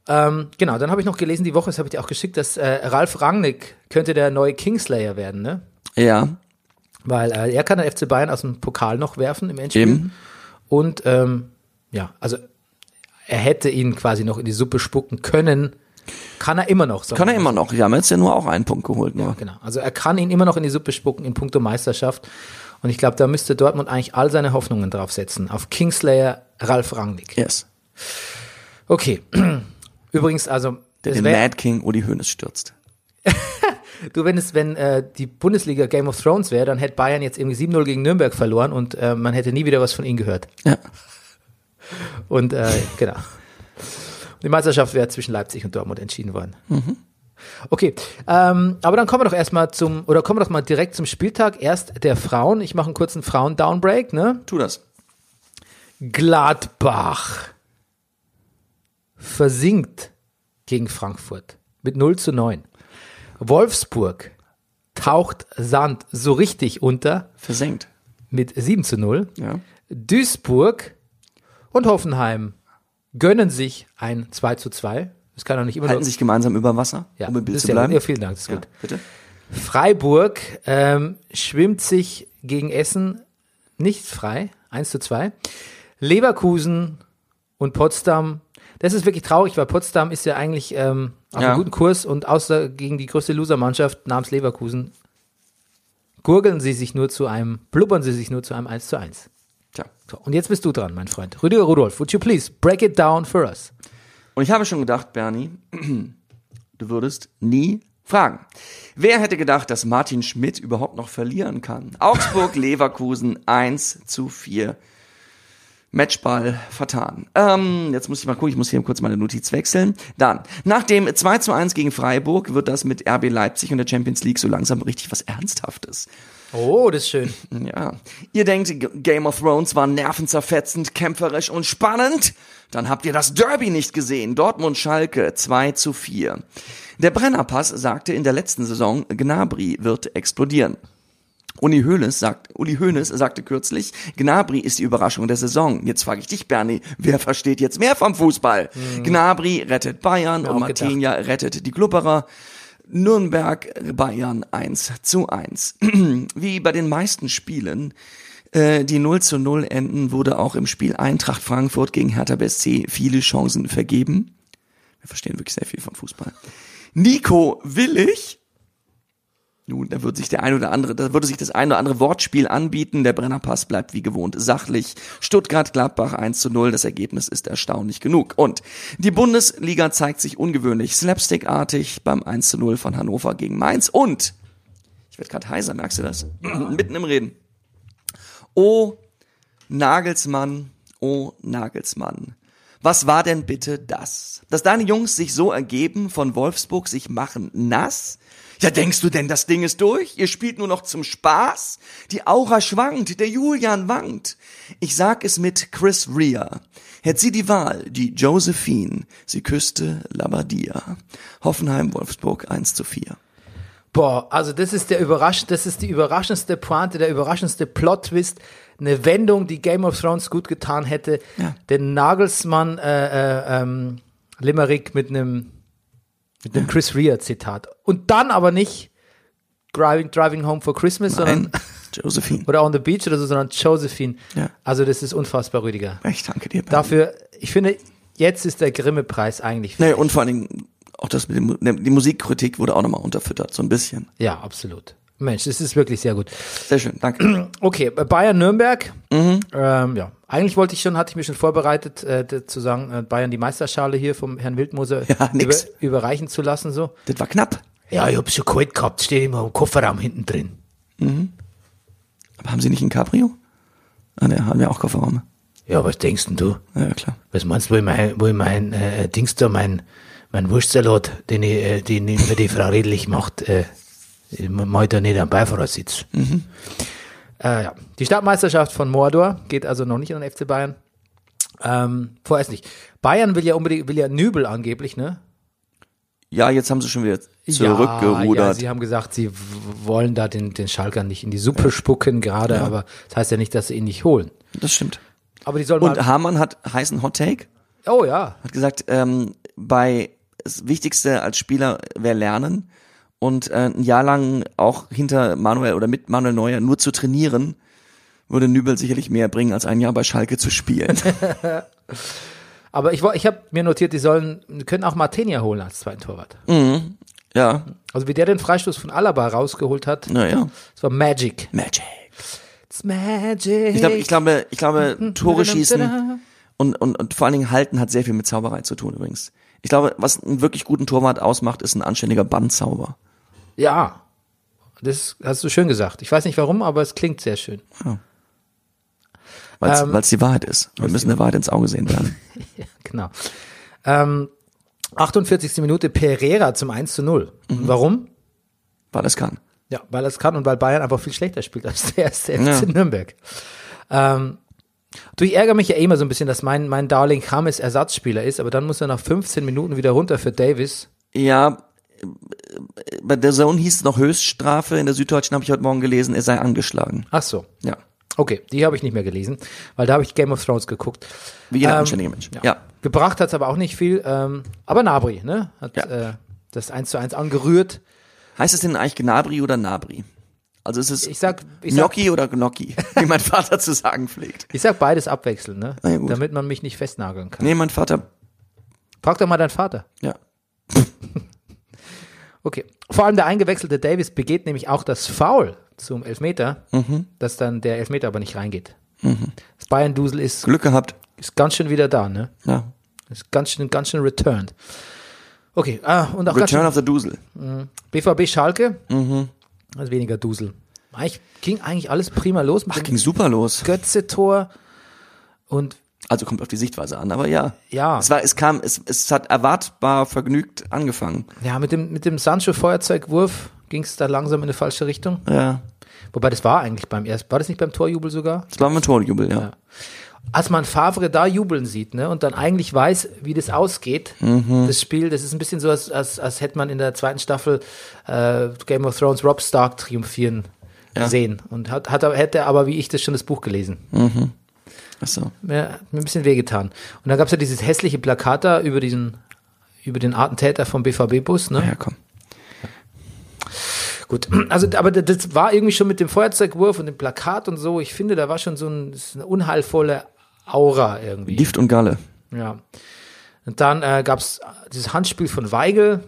Speaker 1: Ähm, genau, dann habe ich noch gelesen, die Woche, das habe ich dir auch geschickt, dass äh, Ralf Rangnick könnte der neue Kingslayer werden, ne?
Speaker 2: Ja,
Speaker 1: Weil äh, er kann den FC Bayern aus dem Pokal noch werfen im Endspiel.
Speaker 2: eben.
Speaker 1: Und ähm, ja, also er hätte ihn quasi noch in die Suppe spucken können. Kann er immer noch. sagen
Speaker 2: Kann er
Speaker 1: wir
Speaker 2: immer noch. Wir haben jetzt ja nur auch einen Punkt geholt. Nur.
Speaker 1: Genau. Also er kann ihn immer noch in die Suppe spucken in puncto Meisterschaft. Und ich glaube, da müsste Dortmund eigentlich all seine Hoffnungen draufsetzen. Auf Kingslayer Ralf Rangnick.
Speaker 2: Yes.
Speaker 1: Okay. Übrigens, also, das
Speaker 2: Den
Speaker 1: wär,
Speaker 2: Mad King Uli Hoeneß stürzt.
Speaker 1: du, wenn es, wenn äh, die Bundesliga Game of Thrones wäre, dann hätte Bayern jetzt irgendwie 7-0 gegen Nürnberg verloren und äh, man hätte nie wieder was von ihm gehört.
Speaker 2: Ja.
Speaker 1: Und äh, genau. Die Meisterschaft wäre zwischen Leipzig und Dortmund entschieden worden. Okay, ähm, aber dann kommen wir doch erstmal zum, oder kommen wir doch mal direkt zum Spieltag. Erst der Frauen. Ich mache einen kurzen Frauen-Downbreak, ne?
Speaker 2: Tu das.
Speaker 1: Gladbach versinkt gegen Frankfurt mit 0 zu 9. Wolfsburg taucht Sand so richtig unter
Speaker 2: Versenkt.
Speaker 1: mit 7 zu 0.
Speaker 2: Ja.
Speaker 1: Duisburg und Hoffenheim gönnen sich ein 2 zu 2. Das kann doch nicht immer
Speaker 2: Halten sich gemeinsam über Wasser,
Speaker 1: ja,
Speaker 2: um im Bild
Speaker 1: das ist
Speaker 2: zu
Speaker 1: ja gut.
Speaker 2: bleiben.
Speaker 1: Ja, vielen Dank, das ist
Speaker 2: Ja,
Speaker 1: gut.
Speaker 2: bitte.
Speaker 1: Freiburg ähm, schwimmt sich gegen Essen nicht frei, 1 zu 2. Leverkusen und Potsdam, das ist wirklich traurig, weil Potsdam ist ja eigentlich ähm, auf
Speaker 2: Ja.
Speaker 1: einem guten Kurs und außer gegen die größte Losermannschaft namens Leverkusen gurgeln sie sich nur zu einem, blubbern sie sich nur zu einem 1 zu 1.
Speaker 2: Tja.
Speaker 1: So, und jetzt bist du dran, mein Freund. Rüdiger Rudolf, would you please break it down for us?
Speaker 2: Und ich habe schon gedacht, Bernie, du würdest nie fragen. Wer hätte gedacht, dass Martin Schmidt überhaupt noch verlieren kann? Augsburg, Leverkusen 1 zu 4. Matchball vertan. Ähm, jetzt muss ich mal gucken, ich muss hier kurz meine Notiz wechseln. Dann, nach dem 2 zu 1 gegen Freiburg wird das mit RB Leipzig und der Champions League so langsam richtig was Ernsthaftes.
Speaker 1: Oh, das ist schön.
Speaker 2: Ja. Ihr denkt, G- Game of Thrones war nervenzerfetzend, kämpferisch und spannend? Dann habt ihr das Derby nicht gesehen. Dortmund-Schalke 2 zu 4. Der Brennerpass sagte in der letzten Saison, Gnabry wird explodieren. Uli Hoeneß, sagt, Uli Hoeneß sagte kürzlich, Gnabry ist die Überraschung der Saison. Jetzt frage ich dich, Bernie, wer versteht jetzt mehr vom Fußball? Gnabry rettet Bayern und
Speaker 1: Hm. auch gedacht.
Speaker 2: Martinia rettet die Glubberer. Nürnberg, Bayern 1 zu 1. Wie bei den meisten Spielen, äh, die 0 zu 0 enden, wurde auch im Spiel Eintracht Frankfurt gegen Hertha BSC viele Chancen vergeben. Wir verstehen wirklich sehr viel vom Fußball. Nico Willig. Nun, da wird sich der ein oder andere, da würde sich das ein oder andere Wortspiel anbieten. Der Brennerpass bleibt wie gewohnt sachlich. Stuttgart-Gladbach 1 zu 0. Das Ergebnis ist erstaunlich genug. Und die Bundesliga zeigt sich ungewöhnlich slapstickartig beim 1 zu 0 von Hannover gegen Mainz. Und ich werde gerade heiser, merkst du das? Mitten im Reden. Oh, Nagelsmann, oh Nagelsmann. Was war denn bitte das? Dass deine Jungs sich so ergeben, von Wolfsburg sich machen nass? Ja, denkst du denn, das Ding ist durch? Ihr spielt nur noch zum Spaß? Die Aura schwankt, der Julian wankt. Ich sag es mit Chris Rea. Hätte sie die Wahl, die Josephine, sie küsste Labadia. Hoffenheim, Wolfsburg 1 zu 4.
Speaker 1: Boah, also das ist der überrasch das ist die überraschendste Pointe, der überraschendste Plot-Twist, eine Wendung, die Game of Thrones gut getan hätte.
Speaker 2: Ja.
Speaker 1: Den Nagelsmann äh, äh, ähm, Limerick mit einem mit einem Chris Rea Zitat und dann aber nicht Driving Driving Home for Christmas,
Speaker 2: Ein
Speaker 1: sondern
Speaker 2: Josephine.
Speaker 1: oder on the beach oder so, sondern Josephine.
Speaker 2: Ja.
Speaker 1: Also das ist unfassbar, Rüdiger.
Speaker 2: Ich danke dir. Bernd.
Speaker 1: Dafür, ich finde, jetzt ist der grimme Preis eigentlich.
Speaker 2: Naja, und vor allen Dingen auch das mit dem, Mu- ne, die Musikkritik wurde auch nochmal unterfüttert, so ein bisschen.
Speaker 1: Ja, absolut. Mensch, das ist wirklich sehr gut.
Speaker 2: Sehr schön, danke.
Speaker 1: Okay, bei Bayern Nürnberg. Ähm, ja, eigentlich wollte ich schon, hatte ich mir schon vorbereitet, äh, d- zu sagen, äh, Bayern die Meisterschale hier vom Herrn Wildmoser
Speaker 2: Ja,
Speaker 1: über,
Speaker 2: nix.
Speaker 1: überreichen zu lassen so.
Speaker 2: das war knapp.
Speaker 1: Ja, ich hab's schon kalt gehabt, steht immer im Kofferraum hinten drin.
Speaker 2: Aber haben Sie nicht ein Cabrio? Ah, ne, haben wir auch Kofferraum.
Speaker 1: Ja, was denkst denn du?
Speaker 2: Ja, ja, klar.
Speaker 1: Was meinst du, wo ich mein, wo ich mein äh, Dings da, mein, mein Wurstsalat, den, ich, äh, den immer die Frau redlich macht, äh, ich mal da nicht am Beifahrersitz.
Speaker 2: Mhm.
Speaker 1: Äh, ja. Die Stadtmeisterschaft von Mordor geht also noch nicht an den FC Bayern. Ähm, vorerst nicht. Bayern will ja unbedingt, will ja Nübel angeblich, ne?
Speaker 2: Ja, jetzt haben Sie schon wieder
Speaker 1: Ja, ja,
Speaker 2: zurückgerudert.
Speaker 1: sie haben gesagt, sie w- wollen da den, den Schalkern nicht in die Suppe spucken gerade, aber das heißt ja nicht, dass sie ihn nicht holen.
Speaker 2: das stimmt.
Speaker 1: Aber die sollen
Speaker 2: Und
Speaker 1: mal,
Speaker 2: Hamann hat heißen Hot Take,
Speaker 1: oh ja,
Speaker 2: hat gesagt, ähm, bei das Wichtigste als Spieler wäre Lernen und äh, ein Jahr lang auch hinter Manuel oder mit Manuel Neuer nur zu trainieren, würde Nübel sicherlich mehr bringen, als ein Jahr bei Schalke zu spielen.
Speaker 1: aber ich, wo- ich habe mir notiert, die sollen, können auch Martenia holen als zweiten Torwart.
Speaker 2: ja,
Speaker 1: Also wie der den Freistoß von Alaba rausgeholt hat,
Speaker 2: naja.
Speaker 1: das war Magic.
Speaker 2: Magic.
Speaker 1: It's Magic.
Speaker 2: Ich glaube, ich glaube, ich glaube,
Speaker 1: Mhm.
Speaker 2: Tore schießen und, und, und vor allen Dingen halten hat sehr viel mit Zauberei zu tun übrigens. Ich glaube, was einen wirklich guten Torwart ausmacht, ist ein anständiger Bandzauber.
Speaker 1: Ja, das hast du schön gesagt. Ich weiß nicht warum, aber es klingt sehr schön.
Speaker 2: Weil es
Speaker 1: Ähm,
Speaker 2: die Wahrheit ist. Wir müssen der Wahrheit ins Auge sehen werden.
Speaker 1: Genau. Ähm, 48. Minute Pereira zum 1 zu 0.
Speaker 2: Mhm.
Speaker 1: Warum?
Speaker 2: Weil das kann.
Speaker 1: Ja, weil er es kann und weil Bayern einfach viel schlechter spielt als der erste FC
Speaker 2: Ja.
Speaker 1: Nürnberg. Ähm, du, ich ärgere mich ja eh immer so ein bisschen, dass mein, mein Darling James Ersatzspieler ist, aber dann muss er nach 15 Minuten wieder runter für Davis.
Speaker 2: Ja, äh, bei der Zone hieß es noch Höchststrafe. In der Süddeutschen habe ich heute Morgen gelesen, er sei angeschlagen.
Speaker 1: Ach so.
Speaker 2: Ja.
Speaker 1: Okay, die habe ich nicht mehr gelesen, weil da habe ich Game of Thrones geguckt.
Speaker 2: Wie jeder
Speaker 1: Ähm,
Speaker 2: anständige Mensch. Ja.
Speaker 1: Gebracht hat's aber auch nicht viel. Ähm, aber Nabri, ne? Hat
Speaker 2: Ja.
Speaker 1: äh, das 1 zu 1 angerührt.
Speaker 2: Heißt es denn eigentlich Gnabri oder Nabri? Also ist es
Speaker 1: Ich sag, ich sag,
Speaker 2: Gnocchi oder Gnocchi, wie mein Vater zu sagen pflegt.
Speaker 1: ich sag beides abwechseln, ne?
Speaker 2: Na ja, gut.
Speaker 1: Damit man mich nicht festnageln kann.
Speaker 2: Nee, mein Vater,
Speaker 1: Frag doch mal deinen Vater.
Speaker 2: ja,
Speaker 1: Okay. Vor allem der eingewechselte Davis begeht nämlich auch das Foul zum Elfmeter,
Speaker 2: Mhm.
Speaker 1: dass dann der Elfmeter aber nicht reingeht. Das Bayern-Dusel ist,
Speaker 2: Glück gehabt.
Speaker 1: ist ganz schön wieder da, ne?
Speaker 2: Ja.
Speaker 1: Das ist ganz schön, ganz schön returned. Okay, ah, und auch ganz schön
Speaker 2: Return of the Dusel.
Speaker 1: BVB Schalke.
Speaker 2: Mhm.
Speaker 1: Also weniger Dusel. Eigentlich ging eigentlich alles prima los mit
Speaker 2: Ach,
Speaker 1: dem
Speaker 2: ging super los.
Speaker 1: Götze-Tor. Und
Speaker 2: Also kommt auf die Sichtweise an, aber ja.
Speaker 1: Ja.
Speaker 2: Es war, es kam, es, es hat erwartbar vergnügt angefangen.
Speaker 1: ja, mit dem, mit dem Sancho-Feuerzeugwurf ging es da langsam in eine falsche Richtung.
Speaker 2: Ja.
Speaker 1: Wobei das war eigentlich beim ersten. War das nicht beim Torjubel sogar?
Speaker 2: Es war ein Torjubel, ja.
Speaker 1: Als man Favre da jubeln sieht, ne, und dann eigentlich weiß, wie das ausgeht,
Speaker 2: Mhm.
Speaker 1: das Spiel, das ist ein bisschen so, als, als, als hätte man in der zweiten Staffel äh, Game of Thrones Rob Stark triumphieren
Speaker 2: Ja.
Speaker 1: sehen. Und hat, hat, aber- hätte aber, wie ich das schon, das Buch gelesen.
Speaker 2: Ach so.
Speaker 1: mir, hat mir ein bisschen wehgetan. Und dann gab es ja dieses hässliche Plakat da über diesen, über den Attentäter vom BVB-Bus, ne?
Speaker 2: Ja, komm.
Speaker 1: Gut. Also, aber d- das war irgendwie schon mit dem Feuerzeugwurf und dem Plakat und so. Ich finde, da war schon so ein, das ist eine unheilvolle Aura irgendwie.
Speaker 2: Gift und Galle.
Speaker 1: Ja. Und dann äh, gab es dieses Handspiel von Weigel,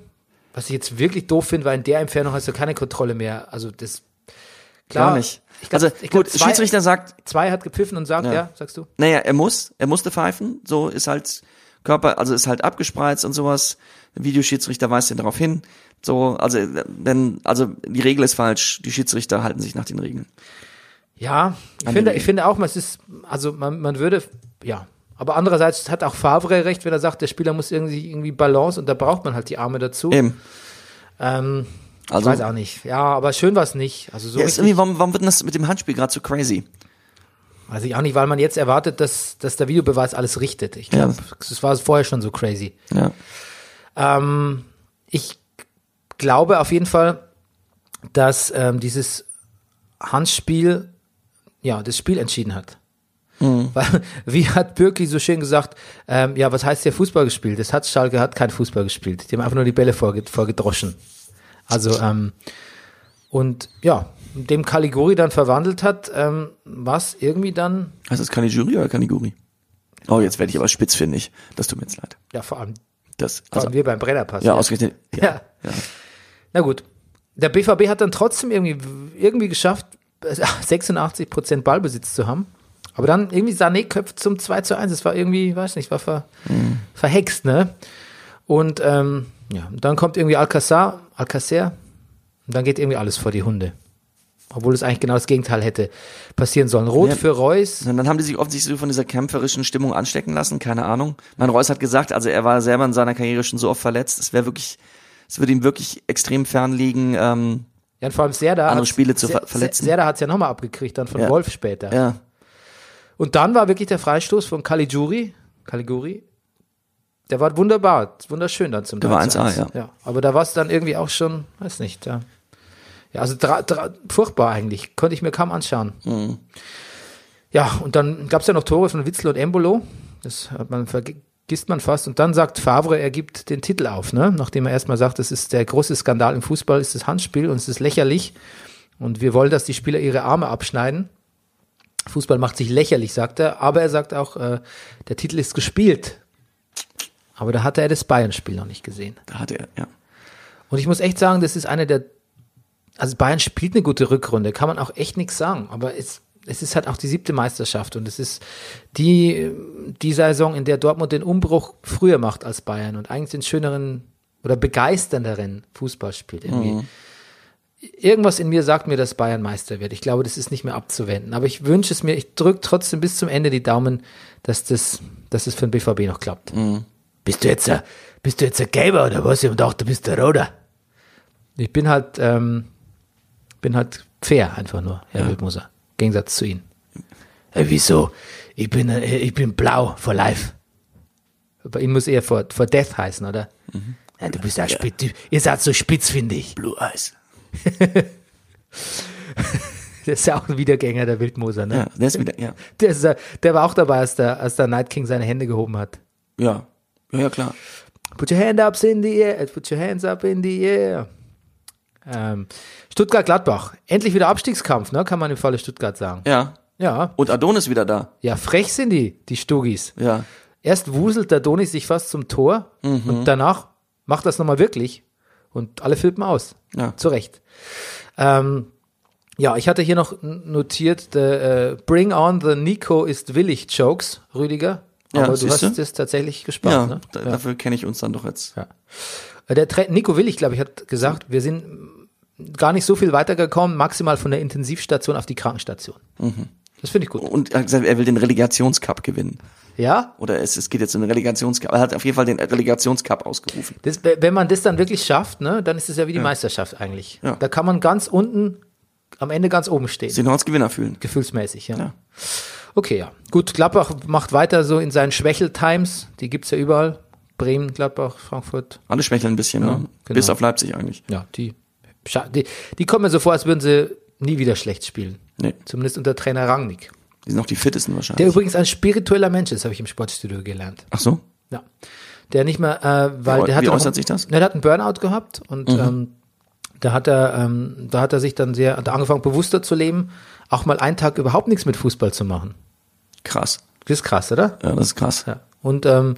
Speaker 1: was ich jetzt wirklich doof finde, weil in der Entfernung hast du keine Kontrolle mehr. Also das klar.
Speaker 2: Gar nicht.
Speaker 1: Ich glaub,
Speaker 2: also
Speaker 1: ich glaub,
Speaker 2: gut,
Speaker 1: zwei,
Speaker 2: Schiedsrichter sagt,
Speaker 1: zwei hat gepfiffen und sagt, ja,
Speaker 2: Ja.
Speaker 1: sagst du?
Speaker 2: naja, er muss, er musste pfeifen, so ist halt Körper, also ist halt abgespreizt und sowas. Der Videoschiedsrichter weist den darauf hin. So, also denn, also die Regel ist falsch, die Schiedsrichter halten sich nach den Regeln.
Speaker 1: Ja, ich
Speaker 2: An
Speaker 1: finde,
Speaker 2: den-
Speaker 1: ich finde auch, es ist, also man, man würde, ja. Aber andererseits hat auch Favre recht, wenn er sagt, der Spieler muss irgendwie, irgendwie Balance und da braucht man halt die Arme dazu.
Speaker 2: Eben.
Speaker 1: Ähm,
Speaker 2: Also
Speaker 1: ich weiß auch nicht. Ja, aber schön war es nicht. Also so
Speaker 2: ja, ist
Speaker 1: richtig,
Speaker 2: irgendwie, warum, warum wird denn das mit dem Handspiel gerade so crazy?
Speaker 1: weiß ich auch nicht, weil man jetzt erwartet, dass, dass der Videobeweis alles richtet. Ich
Speaker 2: Ja.
Speaker 1: glaube, es war vorher schon so crazy.
Speaker 2: Ja.
Speaker 1: Ähm, ich glaube auf jeden Fall, dass ähm, dieses Handspiel ja das Spiel entschieden hat.
Speaker 2: Mhm.
Speaker 1: Weil, wie hat Bürki so schön gesagt, ähm, ja, was heißt hier Fußball gespielt? Das hat Schalke hat kein Fußball gespielt. Die haben einfach nur die Bälle vorge vorgedroschen. Also, ähm, und ja, dem Caligori dann verwandelt hat, ähm, was irgendwie dann,
Speaker 2: Heißt das Caligiuri oder Caliguri? Oh, jetzt werde ich aber spitz, finde ich. Das tut mir jetzt leid.
Speaker 1: ja, vor allem,
Speaker 2: Das,
Speaker 1: vor
Speaker 2: also,
Speaker 1: allem wir beim Brennerpass.
Speaker 2: ja, ausgerechnet. Ja.
Speaker 1: Ja. Na gut. Der BVB hat dann trotzdem irgendwie, irgendwie geschafft, 86% Ballbesitz zu haben. Aber dann irgendwie Sané köpft zum 2 zu 1. Das war irgendwie, weiß nicht, war ver,
Speaker 2: Mhm.
Speaker 1: verhext, ne? Und ähm, ja, und dann kommt irgendwie Alcazar, Alcacer, und dann geht irgendwie alles vor die Hunde. Obwohl es eigentlich genau das Gegenteil hätte passieren sollen. Rot
Speaker 2: Ja.
Speaker 1: für Reus.
Speaker 2: Und dann haben die sich offensichtlich so von dieser kämpferischen Stimmung anstecken lassen, keine Ahnung. Mein Reus hat gesagt, also er war selber in seiner Karriere schon so oft verletzt, es wäre wirklich, es würde ihm wirklich extrem fernliegen, ähm,
Speaker 1: Ja, und vor allem Serda
Speaker 2: Andere
Speaker 1: hat's-
Speaker 2: Spiele zu
Speaker 1: Se-
Speaker 2: ver- verletzen.
Speaker 1: Serda hat es ja nochmal abgekriegt, dann von
Speaker 2: Ja.
Speaker 1: Wolf später.
Speaker 2: ja,
Speaker 1: Und dann war wirklich der Freistoß von Caligiuri. Caligiuri. Der war wunderbar, wunderschön dann zum
Speaker 2: Der war
Speaker 1: 3-1.
Speaker 2: 1A,
Speaker 1: ja. Aber da war es dann irgendwie auch schon, weiß nicht, ja. Ja, also dra, dra, furchtbar eigentlich. Konnte ich mir kaum anschauen.
Speaker 2: Mhm.
Speaker 1: Ja, und dann gab es ja noch Tore von Witzel und Embolo. Das hat man vergisst man fast. Und dann sagt Favre, er gibt den Titel auf, ne? Nachdem er erstmal sagt, das ist der große Skandal im Fußball, ist das Handspiel und es ist lächerlich. Und wir wollen, dass die Spieler ihre Arme abschneiden. Fußball macht sich lächerlich, sagt er, aber er sagt auch, äh, der Titel ist gespielt. Aber da hatte er das Bayern-Spiel noch nicht gesehen.
Speaker 2: da hat er, ja.
Speaker 1: Und ich muss echt sagen, das ist eine der. Also Bayern spielt eine gute Rückrunde, kann man auch echt nichts sagen. Aber es, es ist halt auch die siebte Meisterschaft und es ist die, die Saison, in der Dortmund den Umbruch früher macht als Bayern und eigentlich den schöneren oder begeisternderen Fußball spielt. Irgendwie. Irgendwas in mir sagt mir, dass Bayern Meister wird. Ich glaube, das ist nicht mehr abzuwenden. Aber ich wünsche es mir, ich drücke trotzdem bis zum Ende die Daumen, dass das, dass das für den BVB noch klappt. Bist du jetzt ein, bist du jetzt ein Gelber oder was? Ich hab gedacht, du bist der Roder. Ich bin halt, ähm, bin halt fair einfach nur, Herr Wildmoser. Im Gegensatz zu Ihnen. Äh, wieso? Ich bin, äh, ich bin blau for life. Bei Ihnen muss eher for, for death heißen, oder? Mhm. Ja, du bist ja, spitz, du- ihr seid so spitz, finde ich.
Speaker 2: Blue Eyes.
Speaker 1: Das ist ja auch ein Wiedergänger, der Wildmoser, ne?
Speaker 2: Ja, der ist wieder, ja.
Speaker 1: Der, ist, ja- der war auch dabei, als der, als der Night King seine Hände gehoben hat.
Speaker 2: Ja. Ja, ja, klar.
Speaker 1: Put your hand up in the air, äh, put your hands up in the air. Ähm, Stuttgart-Gladbach. Endlich wieder Abstiegskampf, ne? Kann man im Falle Stuttgart sagen.
Speaker 2: Ja.
Speaker 1: Ja.
Speaker 2: Und Adonis wieder da.
Speaker 1: Ja, frech sind die, die Stugis.
Speaker 2: Ja.
Speaker 1: Erst wuselt der Donis sich fast zum Tor
Speaker 2: Mhm.
Speaker 1: und danach macht das nochmal wirklich. Und alle flippen aus.
Speaker 2: Ja.
Speaker 1: Zu Recht. Ähm, ja, ich hatte hier noch n- notiert, the, äh, Bring on the Nico ist willig Jokes, Rüdiger.
Speaker 2: Ja,
Speaker 1: Aber du
Speaker 2: siehste?
Speaker 1: hast es tatsächlich gespart.
Speaker 2: Ja,
Speaker 1: ne?
Speaker 2: da, dafür kenne ich uns dann doch jetzt.
Speaker 1: Äh, Der Tra Nico Willig, glaube ich, hat gesagt, wir sind mm, gar nicht so viel weitergekommen, maximal von der Intensivstation auf die Krankenstation.
Speaker 2: Mhm.
Speaker 1: Das finde ich gut.
Speaker 2: Und er hat gesagt, er will den Relegationscup gewinnen.
Speaker 1: Ja,
Speaker 2: Oder es, es geht jetzt um den Relegationscup. Er hat auf jeden Fall den Relegationscup ausgerufen.
Speaker 1: das, we- wenn man das dann wirklich schafft, ne, dann ist es ja wie die Meisterschaft eigentlich.
Speaker 2: Ja.
Speaker 1: Da kann man ganz unten, am Ende ganz oben stehen.
Speaker 2: Sie noch als Gewinner fühlen.
Speaker 1: Gefühlsmäßig, ja.
Speaker 2: Ja.
Speaker 1: Okay, ja. Gut, Gladbach macht weiter so in seinen Schwächeltimes. Die gibt's ja überall. Bremen, Gladbach, Frankfurt.
Speaker 2: Alle schwächeln ein bisschen, ne?
Speaker 1: genau.
Speaker 2: Bis auf Leipzig eigentlich.
Speaker 1: Ja, die, scha- die, die kommen mir so vor, als würden sie nie wieder schlecht spielen.
Speaker 2: Nee.
Speaker 1: Zumindest unter Trainer Rangnick.
Speaker 2: Die sind auch die fittesten
Speaker 1: Der
Speaker 2: wahrscheinlich.
Speaker 1: übrigens ein spiritueller Mensch ist, habe ich im Sportstudio gelernt.
Speaker 2: Ach so?
Speaker 1: Ja. Der nicht mehr, äh, weil
Speaker 2: Wie äu-
Speaker 1: der hat
Speaker 2: wie
Speaker 1: dann-
Speaker 2: äußert sich das? Mhm.
Speaker 1: Na, der hat einen Burnout gehabt und ähm, da hat er, ähm, da hat er sich dann sehr, hat er angefangen bewusster zu leben, auch mal einen Tag überhaupt nichts mit Fußball zu machen.
Speaker 2: Krass.
Speaker 1: Das ist krass, oder?
Speaker 2: Ja, das ist krass.
Speaker 1: Ja. Und ähm,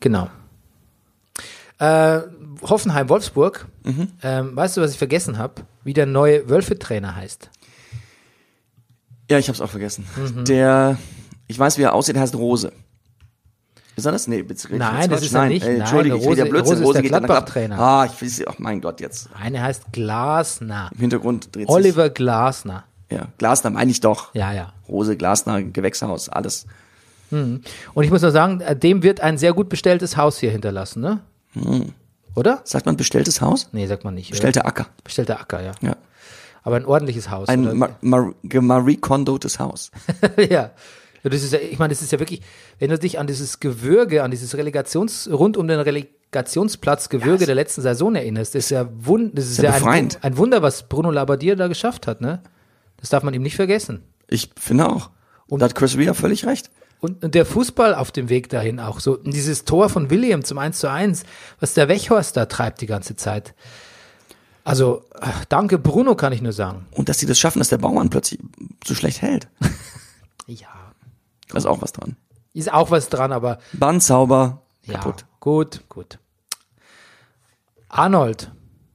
Speaker 1: genau. Äh, Hoffenheim Wolfsburg.
Speaker 2: Mhm.
Speaker 1: Ähm, weißt du, was ich vergessen habe? Wie der neue Wölfe-Trainer heißt?
Speaker 2: Ja, ich hab's auch vergessen.
Speaker 1: Mhm.
Speaker 2: Der, ich weiß, wie er aussieht, der heißt Rose. Ist er das? Nee, jetzt rede ich
Speaker 1: Nein,
Speaker 2: jetzt
Speaker 1: das
Speaker 2: Quatsch.
Speaker 1: ist er nicht. Nein,
Speaker 2: Entschuldige,
Speaker 1: der
Speaker 2: ich rede ja
Speaker 1: Rose-
Speaker 2: Blödsinn.
Speaker 1: Rose ist der
Speaker 2: geht dann nach
Speaker 1: Gladbach-Trainer.
Speaker 2: Ah, ich weiß, oh mein Gott, jetzt.
Speaker 1: Eine heißt Glasner.
Speaker 2: Im Hintergrund dreht sich.
Speaker 1: Oliver Glasner.
Speaker 2: Ja, Glasner meine ich doch.
Speaker 1: Ja, ja.
Speaker 2: Rose, Glasner, Gewächshaus, alles.
Speaker 1: Hm. Und ich muss nur sagen, äh, dem wird ein sehr gut bestelltes Haus hier hinterlassen, ne? Oder?
Speaker 2: Sagt man bestelltes Haus?
Speaker 1: Nee, sagt man nicht. oder?
Speaker 2: Bestellter Acker.
Speaker 1: Bestellter Acker, ja.
Speaker 2: Ja.
Speaker 1: Aber ein ordentliches Haus. oder?
Speaker 2: Ein Mar Mar Marie Kondotes Haus.
Speaker 1: ja. Ja, Das ist ja, ich meine, das ist ja wirklich, wenn du dich an dieses Gewürge, an dieses Relegations, rund um den Relegationsplatz Gewürge der letzten Saison erinnerst, das ist ja, wund, das ist
Speaker 2: Sehr
Speaker 1: ja ein,
Speaker 2: befreiend.
Speaker 1: ein Wunder, was Bruno Labbadia da geschafft hat, ne? Das darf man ihm nicht vergessen.
Speaker 2: Ich finde auch. Und da hat Chris Rea völlig recht.
Speaker 1: Und, und der Fußball auf dem Weg dahin auch so. Und Dieses Tor von William zum 1 zu 1, was der Wechhorst da treibt die ganze Zeit. Also, ach, danke Bruno, kann ich nur sagen.
Speaker 2: Und dass sie das schaffen, dass der Bauern plötzlich so schlecht hält.
Speaker 1: Ja.
Speaker 2: Da ist auch was dran.
Speaker 1: Ist auch was dran, aber
Speaker 2: Bandzauber,
Speaker 1: ja.
Speaker 2: kaputt.
Speaker 1: Gut, gut. Arnold.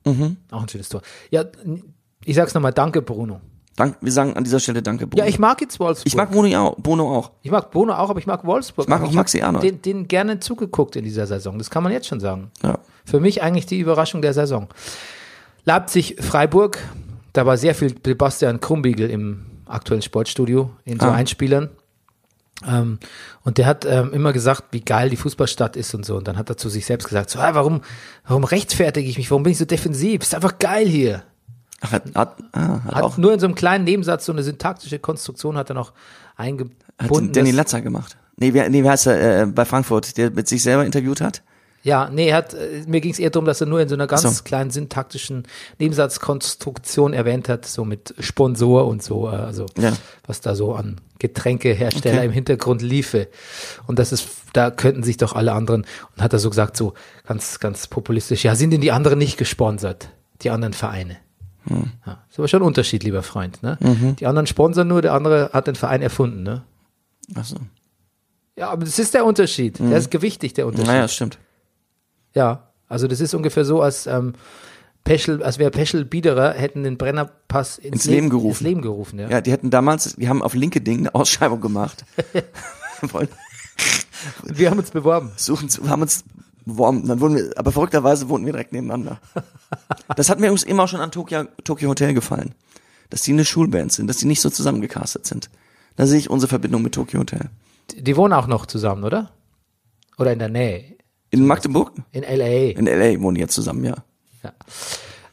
Speaker 2: Mhm.
Speaker 1: Auch ein schönes Tor. Ja, n- ich sag's nochmal, danke Bruno.
Speaker 2: Dank, wir sagen an dieser Stelle Danke, Bruno.
Speaker 1: Ja, ich mag jetzt Wolfsburg.
Speaker 2: Ich mag Bruno ja auch. Bono auch.
Speaker 1: ich mag Bruno auch, aber ich mag Wolfsburg.
Speaker 2: Ich mag
Speaker 1: Aber
Speaker 2: auch Maxi Arnold.
Speaker 1: Den, den gerne zugeguckt in dieser Saison. Das kann man jetzt schon sagen.
Speaker 2: Ja.
Speaker 1: Für mich eigentlich die Überraschung der Saison. Leipzig, Freiburg, da war sehr viel Sebastian Krumbiegel im aktuellen Sportstudio in so
Speaker 2: Ah.
Speaker 1: Einspielern. Ähm, und der hat ähm, immer gesagt, wie geil die Fußballstadt ist und so. Und dann hat er zu sich selbst gesagt, so, ah, warum, warum rechtfertige ich mich? Warum bin ich so defensiv? Ist einfach geil hier.
Speaker 2: Ach, hat, hat, ah, hat,
Speaker 1: Hat
Speaker 2: auch
Speaker 1: nur in so einem kleinen Nebensatz so eine syntaktische Konstruktion hat er noch
Speaker 2: hat
Speaker 1: eingebunden.
Speaker 2: Danny
Speaker 1: dass-
Speaker 2: Latzer gemacht. Nee, wer, nee, wer heißt er äh, bei Frankfurt, der mit sich selber interviewt hat?
Speaker 1: Ja, nee, er hat, äh, mir ging es eher darum, dass er nur in so einer ganz
Speaker 2: Ach so.
Speaker 1: kleinen syntaktischen Nebensatzkonstruktion erwähnt hat, so mit Sponsor und so, äh, also
Speaker 2: Ja.
Speaker 1: was da so an Getränkehersteller
Speaker 2: Okay.
Speaker 1: im Hintergrund liefe. Und das ist, da könnten sich doch alle anderen, und hat er so gesagt, so ganz, ganz populistisch, ja, sind denn die anderen nicht gesponsert, die anderen Vereine?
Speaker 2: Hm.
Speaker 1: Ja, ist aber schon ein Unterschied, lieber Freund. Ne?
Speaker 2: Mhm.
Speaker 1: Die anderen sponsern nur, der andere hat den Verein erfunden. Ne?
Speaker 2: Ach so.
Speaker 1: Ja, aber das ist der Unterschied.
Speaker 2: Mhm.
Speaker 1: Der ist gewichtig, der Unterschied.
Speaker 2: Naja, stimmt.
Speaker 1: Ja, also das ist ungefähr so, als ähm, Peschel, als wäre Peschel Biederer, hätten den Brennerpass ins,
Speaker 2: Ins Leben gerufen.
Speaker 1: Ins Leben gerufen, ja.
Speaker 2: Ja, die hätten damals, die haben auf LinkedIn eine Ausschreibung gemacht. Wollen-
Speaker 1: Und wir haben uns beworben.
Speaker 2: Suchen zu, haben uns beworben. Dann wurden wir, aber verrückterweise wohnten wir direkt nebeneinander. Das hat mir übrigens immer schon an Tokyo, Tokyo Hotel gefallen. Dass die eine Schulband sind, dass die nicht so zusammengecastet sind. Da sehe ich unsere Verbindung mit Tokyo Hotel.
Speaker 1: Die die wohnen auch noch zusammen, oder? Oder in der Nähe.
Speaker 2: In Magdeburg?
Speaker 1: In L.A.
Speaker 2: In L.A. wohnen die jetzt zusammen, ja.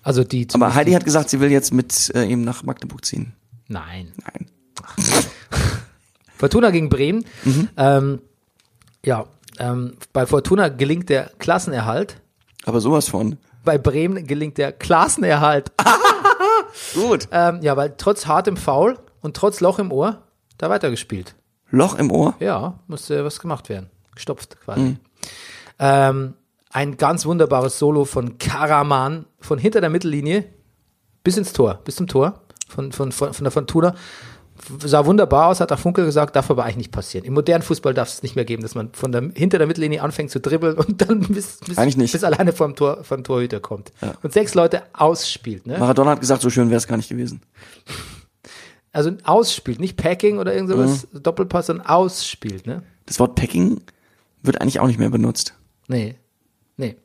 Speaker 1: Also die zum-
Speaker 2: Aber Heidi hat gesagt, sie will jetzt mit äh, ihm nach Magdeburg ziehen.
Speaker 1: Nein.
Speaker 2: Nein.
Speaker 1: Fortuna gegen Bremen.
Speaker 2: Mhm.
Speaker 1: Ähm, ja, ähm, bei Fortuna gelingt der Klassenerhalt.
Speaker 2: Aber sowas von.
Speaker 1: Bei Bremen gelingt der Klassenerhalt.
Speaker 2: Gut.
Speaker 1: Ähm, ja, weil trotz hartem Foul und trotz Loch im Ohr da weitergespielt.
Speaker 2: Loch im Ohr.
Speaker 1: Ja, musste was gemacht werden. Gestopft quasi.
Speaker 2: Mhm.
Speaker 1: Ähm, ein ganz wunderbares Solo von Karaman von hinter der Mittellinie bis ins Tor, bis zum Tor von, von, von, von der Fontura. Sah wunderbar aus, hat auch Funkel gesagt, darf aber eigentlich nicht passieren. Im modernen Fußball darf es nicht mehr geben, dass man von der, hinter der Mittellinie anfängt zu dribbeln und dann bis, bis,
Speaker 2: Eigentlich nicht.
Speaker 1: bis alleine vom, Tor, vom Torhüter kommt. Und sechs Leute ausspielt. Ne?
Speaker 2: Maradona hat gesagt, so schön wäre es gar nicht gewesen.
Speaker 1: also ausspielt, nicht Packing oder irgend sowas,
Speaker 2: Mhm.
Speaker 1: Doppelpass, sondern ausspielt, ne?
Speaker 2: Das Wort Packing wird eigentlich auch nicht mehr benutzt.
Speaker 1: Nee. Nee.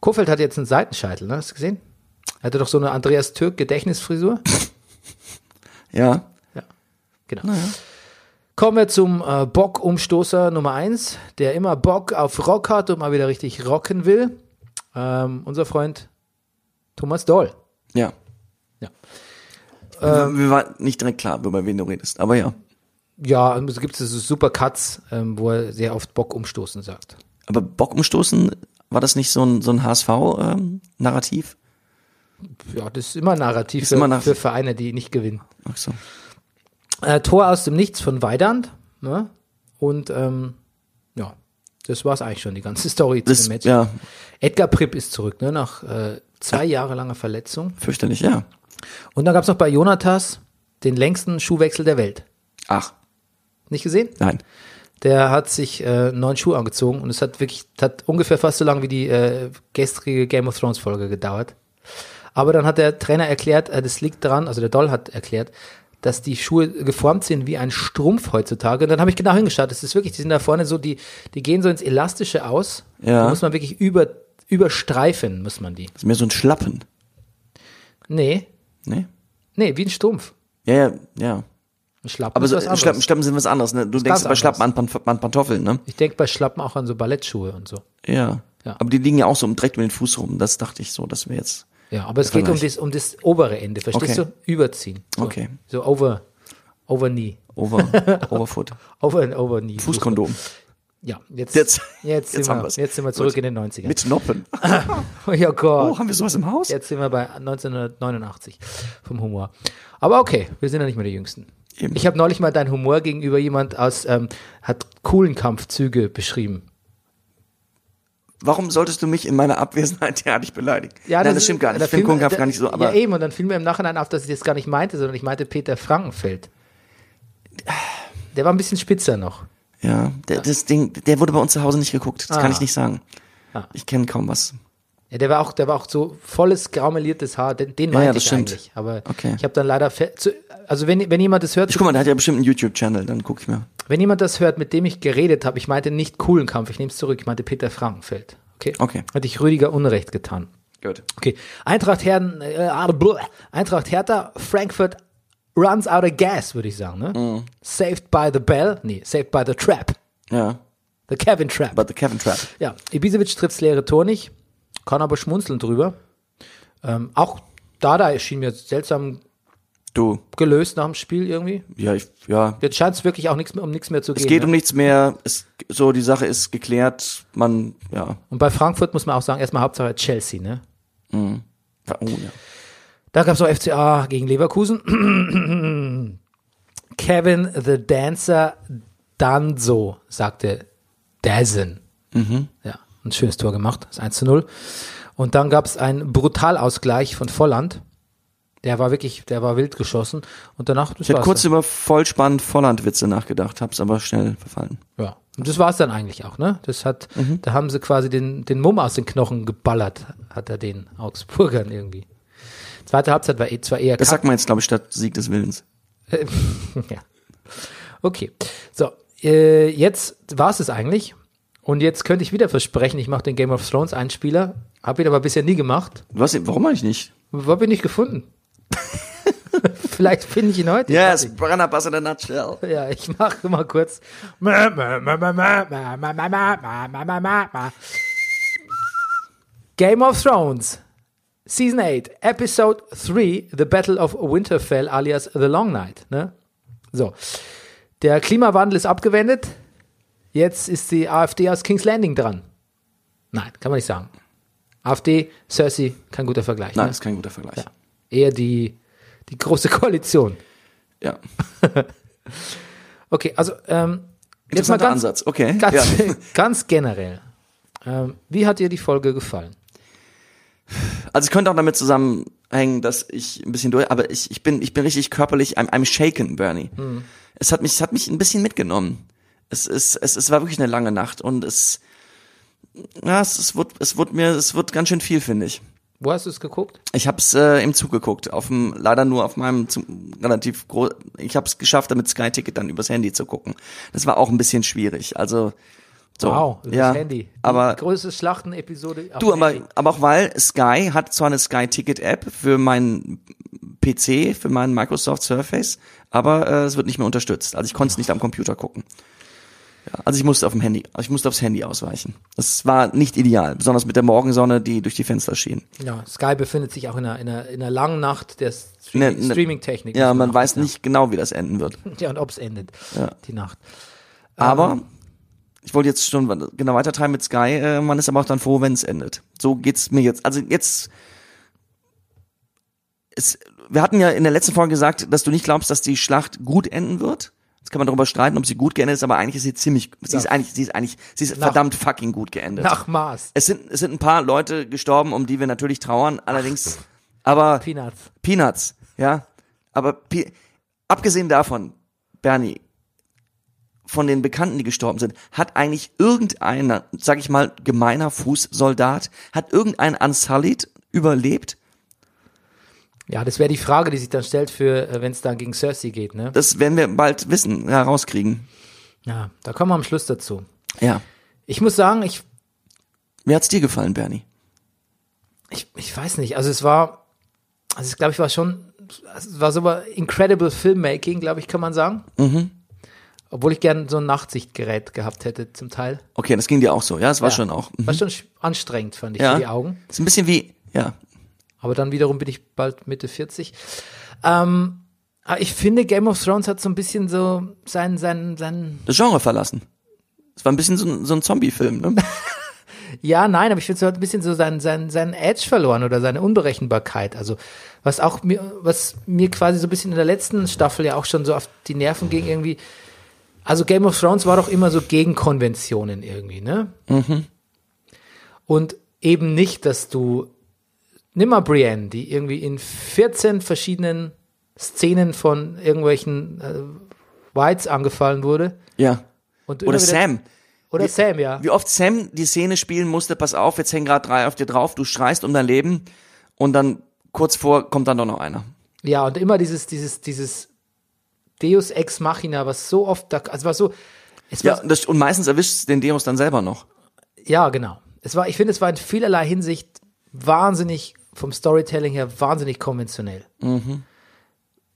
Speaker 1: Kofeld hat jetzt einen Seitenscheitel, ne? Hast du gesehen? Er hatte doch so eine Andreas Türk Gedächtnisfrisur.
Speaker 2: Ja.
Speaker 1: Genau. Kommen wir zum äh, Bock-Umstoßer Nummer eins, der immer Bock auf Rock hat und mal wieder richtig rocken will. Ähm, unser Freund Thomas Doll.
Speaker 2: Ja.
Speaker 1: Ja. Ähm.
Speaker 2: Mir war nicht direkt klar, über wen du redest, aber ja.
Speaker 1: Ja, es gibt so super Cuts, ähm, wo er sehr oft Bock umstoßen sagt.
Speaker 2: Aber Bock umstoßen, war das nicht so ein, so ein ähm, HSV-Narrativ?
Speaker 1: Ja, das ist immer ein Narrativ
Speaker 2: Ist
Speaker 1: für,
Speaker 2: immer nach-
Speaker 1: für Vereine, die nicht gewinnen.
Speaker 2: Ach so.
Speaker 1: Äh, Tor aus dem Nichts von Weidand. Ne? Und ähm, ja, das war's eigentlich schon, die ganze Story zu
Speaker 2: Das,
Speaker 1: dem Match.
Speaker 2: ja,
Speaker 1: Edgar Pripp ist zurück, ne? nach äh, zwei Jahre langer Verletzung.
Speaker 2: fürchterlich, ja.
Speaker 1: Und dann gab's noch bei Jonatas den längsten Schuhwechsel der Welt.
Speaker 2: Ach,
Speaker 1: Nicht gesehen?
Speaker 2: nein.
Speaker 1: Der hat sich äh, einen neuen Schuh angezogen und es hat wirklich, hat ungefähr fast so lange wie die äh, gestrige Game of Thrones Folge gedauert. Aber dann hat der Trainer erklärt, äh, das liegt daran, also der Doll hat erklärt, dass die Schuhe geformt sind wie ein Strumpf heutzutage. Und dann habe ich genau hingeschaut, das ist wirklich, die sind da vorne so, die, die gehen so ins Elastische aus.
Speaker 2: Ja.
Speaker 1: Da muss man wirklich über, überstreifen, muss man die.
Speaker 2: Das ist mehr so ein Schlappen.
Speaker 1: Nee,
Speaker 2: Ne?
Speaker 1: nee, wie ein Strumpf.
Speaker 2: Ja, ja, ja.
Speaker 1: Ein Schlappen
Speaker 2: Aber
Speaker 1: ist
Speaker 2: so,
Speaker 1: was anderes.
Speaker 2: Schlappen, Schlappen sind was anderes, ne? Du denkst
Speaker 1: ganz
Speaker 2: bei Schlappen an, Pan, an Pantoffeln, ne?
Speaker 1: Ich denke bei Schlappen auch an so Ballettschuhe und so.
Speaker 2: Ja.
Speaker 1: Ja.
Speaker 2: Aber die liegen ja auch so direkt mit den Fuß rum. Das dachte ich so, dass wir jetzt.
Speaker 1: Ja, aber es geht um das, um das obere Ende, verstehst
Speaker 2: Okay.
Speaker 1: du? Überziehen. So,
Speaker 2: Okay.
Speaker 1: So over, over knee.
Speaker 2: Over, Overfoot.
Speaker 1: Over and over knee.
Speaker 2: Fußkondom.
Speaker 1: Ja, jetzt,
Speaker 2: Jetzt-
Speaker 1: jetzt, jetzt,
Speaker 2: jetzt
Speaker 1: sind,
Speaker 2: haben
Speaker 1: wir,
Speaker 2: wir's.
Speaker 1: jetzt sind wir zurück
Speaker 2: Gut.
Speaker 1: in den 90ern.
Speaker 2: Mit Noppen.
Speaker 1: oh ja, Gott.
Speaker 2: Oh, haben wir sowas im Haus?
Speaker 1: Jetzt sind wir bei 1989 vom Humor. Aber okay, wir sind ja nicht mehr die Jüngsten.
Speaker 2: Eben.
Speaker 1: Ich habe neulich mal deinen Humor gegenüber jemand aus, ähm, hat coolen Kampfzüge beschrieben.
Speaker 2: Warum solltest du mich in meiner Abwesenheit derartig beleidigen? Nein, das,
Speaker 1: ist-
Speaker 2: stimmt gar nicht.
Speaker 1: da
Speaker 2: Ich finde
Speaker 1: fiel-
Speaker 2: Kunkampf
Speaker 1: da-
Speaker 2: gar nicht so, aber
Speaker 1: Ja, eh- eben, und dann fiel mir im Nachhinein auf, dass ich das gar nicht meinte, sondern ich meinte Peter Frankenfeld. Der war ein bisschen spitzer noch.
Speaker 2: ja, der, das Ding, der wurde bei uns zu Hause nicht geguckt. Das
Speaker 1: Ah.
Speaker 2: kann ich nicht sagen.
Speaker 1: Ah.
Speaker 2: Ich kenne kaum was.
Speaker 1: Ja, der war auch, der war auch so volles graumeliertes Haar. Den, den
Speaker 2: Ja,
Speaker 1: meinte
Speaker 2: ja, das
Speaker 1: ich
Speaker 2: stimmt.
Speaker 1: eigentlich. Aber
Speaker 2: Okay.
Speaker 1: ich habe dann leider, fe- zu, also wenn, wenn jemand das hört,
Speaker 2: Ich guck mal, der hat ja bestimmt einen YouTube-Channel, dann gucke ich mir.
Speaker 1: wenn jemand das hört, mit dem ich geredet habe, ich meinte nicht coolen Kampf, ich nehme es zurück, ich meinte Peter Frankenfeld. Okay.
Speaker 2: Okay.
Speaker 1: Hatte ich Rüdiger Unrecht getan.
Speaker 2: Gut.
Speaker 1: Okay. Eintracht Herden, äh, ah, bleh. Eintracht Hertha, Frankfurt runs out of gas, würde ich sagen, ne?
Speaker 2: Mhm.
Speaker 1: Saved by the bell, nee, saved by the trap.
Speaker 2: Ja.
Speaker 1: The Kevin Trap.
Speaker 2: But the Kevin Trap.
Speaker 1: Ja, Ibisevic trifft's leere Tor nicht, kann aber schmunzeln drüber. Ähm, auch Dada erschien mir seltsam
Speaker 2: Du.
Speaker 1: gelöst nach dem Spiel irgendwie.
Speaker 2: Ja, ich, ja.
Speaker 1: Jetzt scheint es wirklich auch nichts mehr, um nichts mehr zu
Speaker 2: Es
Speaker 1: gehen.
Speaker 2: geht
Speaker 1: ne?
Speaker 2: um nichts mehr. Es, so, die Sache ist geklärt. Man, ja.
Speaker 1: Und bei Frankfurt muss man auch sagen, erstmal Hauptsache Chelsea, ne?
Speaker 2: Oh, ja.
Speaker 1: Da gab's auch FCA gegen Leverkusen. Kevin the Dancer Danzo, sagte Dazen.
Speaker 2: Mhm.
Speaker 1: Ja, ein schönes Tor gemacht, das 1 zu 0. Und dann gab's einen Brutalausgleich von Volland. Der war wirklich, der war wild geschossen. Und danach, das
Speaker 2: Ich hatte
Speaker 1: war's.
Speaker 2: kurz über vollspannend Volland-Witze nachgedacht, hab's aber schnell verfallen.
Speaker 1: dann. ja. Und das war's dann eigentlich auch, ne? Das hat,
Speaker 2: Mhm.
Speaker 1: da haben sie quasi den, den Mumm aus den Knochen geballert, hat er den Augsburgern irgendwie. Zweite Halbzeit war eh, zwar eher
Speaker 2: Das sagt man jetzt, glaube ich, statt Sieg des Willens.
Speaker 1: Äh, ja. Okay. So, äh, jetzt war es es eigentlich. Und jetzt könnte ich wieder versprechen, ich mache den Game of Thrones Einspieler. Hab ihn aber bisher nie gemacht.
Speaker 2: Was, warum eigentlich nicht?
Speaker 1: Hab ihn nicht gefunden. Vielleicht finde ich ihn heute. Ich weiß
Speaker 2: Brennerpass in a nutshell.
Speaker 1: nicht. Ja, ich mache mal kurz. Game of Thrones. Season 8, Episode 3, The Battle of Winterfell alias The Long Night. Ne? So. Der Klimawandel ist abgewendet. Jetzt ist die AfD aus King's Landing dran. Nein, kann man nicht sagen. AfD, Cersei, kein guter Vergleich.
Speaker 2: Nein,
Speaker 1: Ne?
Speaker 2: ist kein guter Vergleich. Ja.
Speaker 1: Eher die, die große Koalition. Okay, also ähm, jetzt mal
Speaker 2: Interessanter
Speaker 1: ganz,
Speaker 2: Ansatz, okay.
Speaker 1: ganz,
Speaker 2: Ja.
Speaker 1: ganz generell. Ähm, wie hat dir die Folge gefallen?
Speaker 2: Also es könnte auch damit zusammenhängen, dass ich ein bisschen durch, aber ich, ich bin ich bin richtig körperlich I'm, I'm shaken, Bernie. Es hat mich es hat mich ein bisschen mitgenommen. Es ist es, es war wirklich eine lange Nacht und es ja, es, es wird es wird mir es wird ganz schön viel, finde ich.
Speaker 1: Wo hast du es geguckt?
Speaker 2: Ich habe es äh, im Zug geguckt, auf dem leider nur auf meinem zum, relativ groß. Ich habe es geschafft, damit Sky Ticket dann übers Handy zu gucken. Das war auch ein bisschen schwierig. Also so,
Speaker 1: Wow, das
Speaker 2: ja,
Speaker 1: Handy. Die
Speaker 2: aber
Speaker 1: größte Schlachten-Episode. auf
Speaker 2: Du, aber,
Speaker 1: Handy.
Speaker 2: aber auch weil Sky hat zwar eine Sky Ticket App für meinen PC, für meinen Microsoft Surface, aber äh, es wird nicht mehr unterstützt. Also ich konnte es nicht am Computer gucken. Ja, also ich musste auf dem Handy, ich musste aufs Handy ausweichen. Das war nicht ideal, besonders mit der Morgensonne, die durch die Fenster schien.
Speaker 1: Ja, Sky befindet sich auch in einer, in einer, in einer langen Nacht der Stream
Speaker 2: Ne- ne-
Speaker 1: Streaming-Technik.
Speaker 2: Ja,
Speaker 1: muss
Speaker 2: man
Speaker 1: auch
Speaker 2: weiß
Speaker 1: sagen.
Speaker 2: nicht genau, wie das enden wird.
Speaker 1: Ja, und ob es endet, die Nacht.
Speaker 2: Aber ich wollte jetzt schon genau weiter teilen mit Sky. Äh, man ist aber auch dann froh, wenn es endet. So geht's mir jetzt. Also jetzt. Es, wir hatten ja in der letzten Folge gesagt, dass du nicht glaubst, dass die Schlacht gut enden wird. Jetzt kann man darüber streiten, ob sie gut geendet ist, aber eigentlich ist sie ziemlich, sie ist eigentlich, sie ist eigentlich, sie ist
Speaker 1: Nach-
Speaker 2: verdammt fucking gut geendet.
Speaker 1: Nach Mars.
Speaker 2: Es sind, es sind ein paar Leute gestorben, um die wir natürlich trauern, allerdings, aber
Speaker 1: Peanuts.
Speaker 2: Peanuts, ja. Aber Pe abgesehen davon, Bernie, von den Bekannten, die gestorben sind, hat eigentlich irgendeiner, sag ich mal, gemeiner Fußsoldat, hat irgendein Unsullied überlebt?
Speaker 1: Ja, das wäre die Frage, die sich dann stellt, für wenn es dann gegen Cersei geht, ne?
Speaker 2: Das werden wir bald wissen, herauskriegen.
Speaker 1: Ja, da kommen wir am Schluss dazu.
Speaker 2: Ja.
Speaker 1: Ich muss sagen, ich,
Speaker 2: Wie hat's dir gefallen, Bernie?
Speaker 1: ich, ich weiß nicht, also es war, also es glaube ich war schon, es war sogar incredible Filmmaking, glaube ich, kann man sagen.
Speaker 2: Mhm.
Speaker 1: Obwohl ich gern so ein Nachtsichtgerät gehabt hätte, zum Teil.
Speaker 2: Okay, das ging dir auch so, ja, es war
Speaker 1: Ja.
Speaker 2: schon auch. Mhm.
Speaker 1: War schon sch- anstrengend, fand ich,
Speaker 2: Ja.
Speaker 1: für die Augen.
Speaker 2: Ist ein bisschen wie, ja.
Speaker 1: Aber dann wiederum bin ich bald Mitte 40. Ähm, aber ich finde, Game of Thrones hat so ein bisschen so seinen, seinen, seinen,
Speaker 2: Das Genre verlassen. Es war ein bisschen so ein, so ein Zombie-Film, ne?
Speaker 1: ja, nein, aber ich finde, es hat ein bisschen so seinen, seinen, seinen Edge verloren oder seine Unberechenbarkeit. Also, was auch mir, was mir quasi so ein bisschen in der letzten Staffel ja auch schon so auf die Nerven ging irgendwie. Also, Game of Thrones war doch immer so gegen Konventionen irgendwie, ne?
Speaker 2: Mhm.
Speaker 1: Und eben nicht, dass du, nimm mal Brienne, die irgendwie in 14 verschiedenen Szenen von irgendwelchen äh, Whites angefallen wurde.
Speaker 2: ja.
Speaker 1: Und
Speaker 2: Oder
Speaker 1: immer wieder-
Speaker 2: Sam.
Speaker 1: Oder Sam, ja.
Speaker 2: wie oft Sam die Szene spielen musste, pass auf, jetzt hängen gerade drei auf dir drauf, du schreist um dein Leben und dann kurz vor kommt dann doch noch einer.
Speaker 1: Ja, und immer dieses, dieses, dieses Deus ex machina, was so oft da, also war so, es
Speaker 2: Ja,
Speaker 1: war,
Speaker 2: und
Speaker 1: ja,
Speaker 2: das, und meistens erwischt den Demos dann selber noch.
Speaker 1: genau. Es war, ich finde, es war in vielerlei Hinsicht wahnsinnig, vom Storytelling her, wahnsinnig konventionell. Mhm.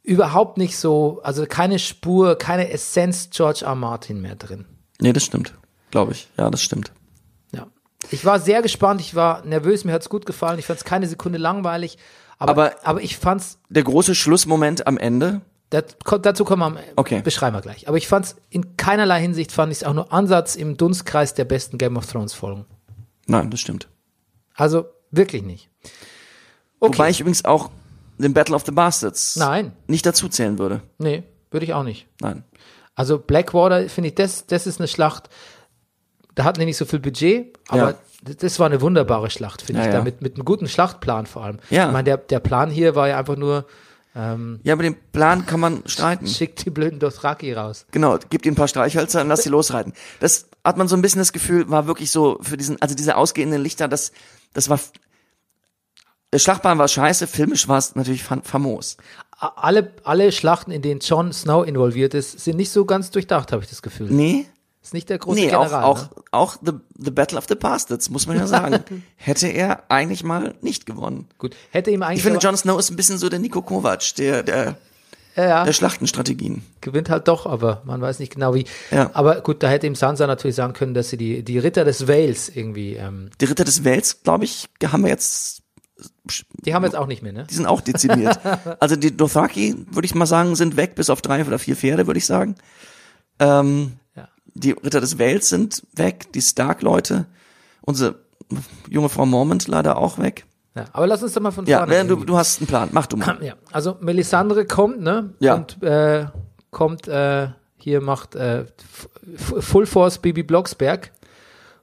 Speaker 1: Überhaupt nicht so, also keine Spur, keine Essenz George R. Martin mehr drin.
Speaker 2: Nee, das stimmt. Glaube ich. Ja, das stimmt.
Speaker 1: Ja. Ich war sehr gespannt, ich war nervös, mir hat's gut gefallen, ich fand's keine Sekunde langweilig, aber, aber,
Speaker 2: Aber-
Speaker 1: ich fand's,
Speaker 2: Der große Schlussmoment am Ende.
Speaker 1: dat, ko- dazu kommen wir am
Speaker 2: Okay.
Speaker 1: beschreiben wir gleich. Aber ich fand's in keinerlei Hinsicht fand ich's auch nur Ansatz im Dunstkreis der besten Game of Thrones Folgen.
Speaker 2: Nein, das stimmt.
Speaker 1: Also wirklich nicht. Okay.
Speaker 2: Wobei ich übrigens auch den Battle of the Bastards
Speaker 1: Nein.
Speaker 2: nicht dazu zählen würde.
Speaker 1: nee, würde ich auch nicht.
Speaker 2: Nein.
Speaker 1: Also Blackwater finde ich das das ist eine Schlacht. Da hatten die nicht so viel Budget, aber
Speaker 2: Ja.
Speaker 1: d- das war eine wunderbare Schlacht, finde
Speaker 2: Ja,
Speaker 1: ich,
Speaker 2: ja.
Speaker 1: damit mit einem guten Schlachtplan vor allem.
Speaker 2: Ja.
Speaker 1: Ich meine, der, der Plan hier war ja einfach nur
Speaker 2: Ja, aber den Plan kann man streiten.
Speaker 1: schickt die blöden Dothraki raus.
Speaker 2: Genau, gib ihnen ein paar Streichhölzer und lass sie losreiten. Das hat man so ein bisschen das Gefühl, war wirklich so für diesen, also diese ausgehenden Lichter, das, das war, der Schlachtbahn war scheiße, filmisch war es natürlich fam famos.
Speaker 1: A- Alle, alle Schlachten, in denen Jon Snow involviert ist, sind nicht so ganz durchdacht, habe ich das Gefühl.
Speaker 2: Nee,
Speaker 1: Ist nicht der große
Speaker 2: nee, auch,
Speaker 1: General. ne?
Speaker 2: auch, auch the, the Battle of the Bastards, muss man ja sagen. Hätte er eigentlich mal nicht gewonnen.
Speaker 1: Gut, hätte ihm eigentlich
Speaker 2: Ich finde,
Speaker 1: aber-
Speaker 2: Jon Snow ist ein bisschen so der Nico Kovac, der, der,
Speaker 1: ja, ja,
Speaker 2: der Schlachtenstrategien.
Speaker 1: gewinnt halt doch, aber man weiß nicht genau wie.
Speaker 2: Ja.
Speaker 1: Aber gut, da hätte ihm Sansa natürlich sagen können, dass sie die, die Ritter des Wales irgendwie, ähm,
Speaker 2: Die Ritter des Wels, glaube ich, haben wir jetzt,
Speaker 1: die haben wir jetzt auch nicht mehr, ne?
Speaker 2: die sind auch dezimiert. also die Dothraki, würde ich mal sagen, sind weg, bis auf drei oder vier Pferde, würde ich sagen. Ähm,
Speaker 1: Ja.
Speaker 2: Die Ritter des Wales sind weg, die Stark-Leute, unsere junge Frau Mormont leider auch weg.
Speaker 1: Ja, aber lass uns doch mal von
Speaker 2: Ja,
Speaker 1: vorne.
Speaker 2: ne, du,
Speaker 1: irgendwie-
Speaker 2: du hast einen Plan, mach du mal.
Speaker 1: ja, also Melisandre kommt, ne?
Speaker 2: Ja.
Speaker 1: Und äh, kommt äh, hier macht äh, F- F- Full Force Bibi Blocksberg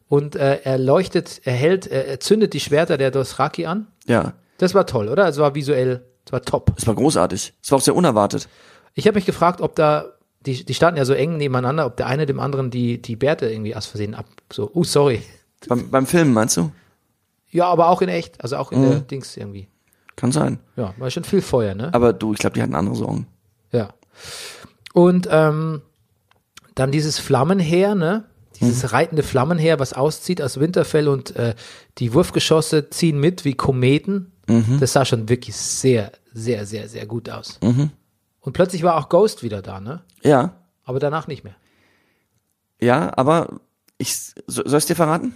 Speaker 1: und äh, er leuchtet, er hält, er, er zündet die Schwerter der Dothraki an.
Speaker 2: Ja,
Speaker 1: Das war toll, oder? Es war visuell, es war top.
Speaker 2: es war großartig. Es war auch sehr unerwartet.
Speaker 1: Ich habe mich gefragt, ob da, die, die standen ja so eng nebeneinander, ob der eine dem anderen die, die Bärte irgendwie aus Versehen ab, so, uh, sorry.
Speaker 2: Beim, beim Filmen, meinst du?
Speaker 1: Ja, aber auch in echt. Also auch in der Dings irgendwie.
Speaker 2: Kann sein.
Speaker 1: Ja, war schon viel Feuer, ne?
Speaker 2: Aber du, ich glaube, die hatten andere Sorgen.
Speaker 1: Ja. Und ähm, dann dieses Flammenheer, ne? Dieses reitende Flammenheer, was auszieht aus Winterfell und äh, die Wurfgeschosse ziehen mit wie Kometen. Das sah schon wirklich sehr, sehr, sehr, sehr gut aus. Und plötzlich war auch Ghost wieder da, ne?
Speaker 2: Ja,
Speaker 1: Aber danach nicht mehr.
Speaker 2: ja, aber ich so- soll ich dir verraten?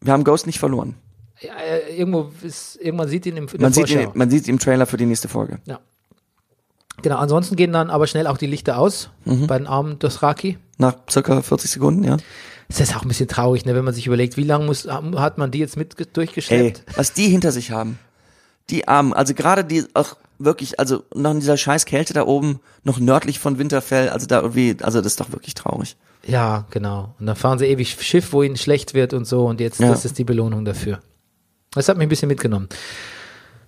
Speaker 2: Wir haben Ghost nicht verloren.
Speaker 1: Ja, äh, irgendwo ist, irgendwann sieht ihn im in der
Speaker 2: Man sieht, ihn,
Speaker 1: Vorschau.
Speaker 2: man sieht ihn im Trailer für die nächste Folge.
Speaker 1: Ja. Genau, ansonsten gehen dann aber schnell auch die Lichter aus
Speaker 2: Mhm.
Speaker 1: bei den armen Dothraki.
Speaker 2: Nach circa 40 Sekunden, ja.
Speaker 1: Das ist auch ein bisschen traurig, ne, wenn man sich überlegt, wie lange muss, hat man die jetzt mit
Speaker 2: Ey,
Speaker 1: durchgeschleppt?
Speaker 2: was die hinter sich haben. Die Armen, also gerade die, auch wirklich, also noch in dieser scheiß Kälte da oben, noch nördlich von Winterfell, also da irgendwie, also das ist doch wirklich traurig.
Speaker 1: Ja, genau. Und dann fahren sie ewig Schiff, wo ihnen schlecht wird und so. Und jetzt,
Speaker 2: Ja.
Speaker 1: das ist die Belohnung dafür. Das hat mich ein bisschen mitgenommen.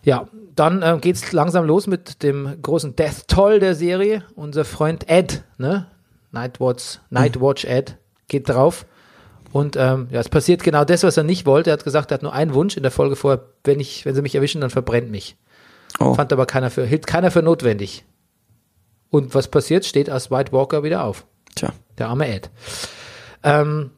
Speaker 1: Ja, dann äh, geht's langsam los mit dem großen Death Toll der Serie. Unser Freund Ed, ne? Nightwatch, Nightwatch Ed geht drauf. Und ähm, ja, es passiert genau das, was er nicht wollte. Er hat gesagt, er hat nur einen Wunsch in der Folge vorher, wenn ich, wenn sie mich erwischen, dann verbrennt mich.
Speaker 2: Oh.
Speaker 1: Fand aber keiner für, hielt keiner für notwendig. Und was passiert? Steht als White Walker wieder auf.
Speaker 2: Tja.
Speaker 1: Der arme Ed. Ähm,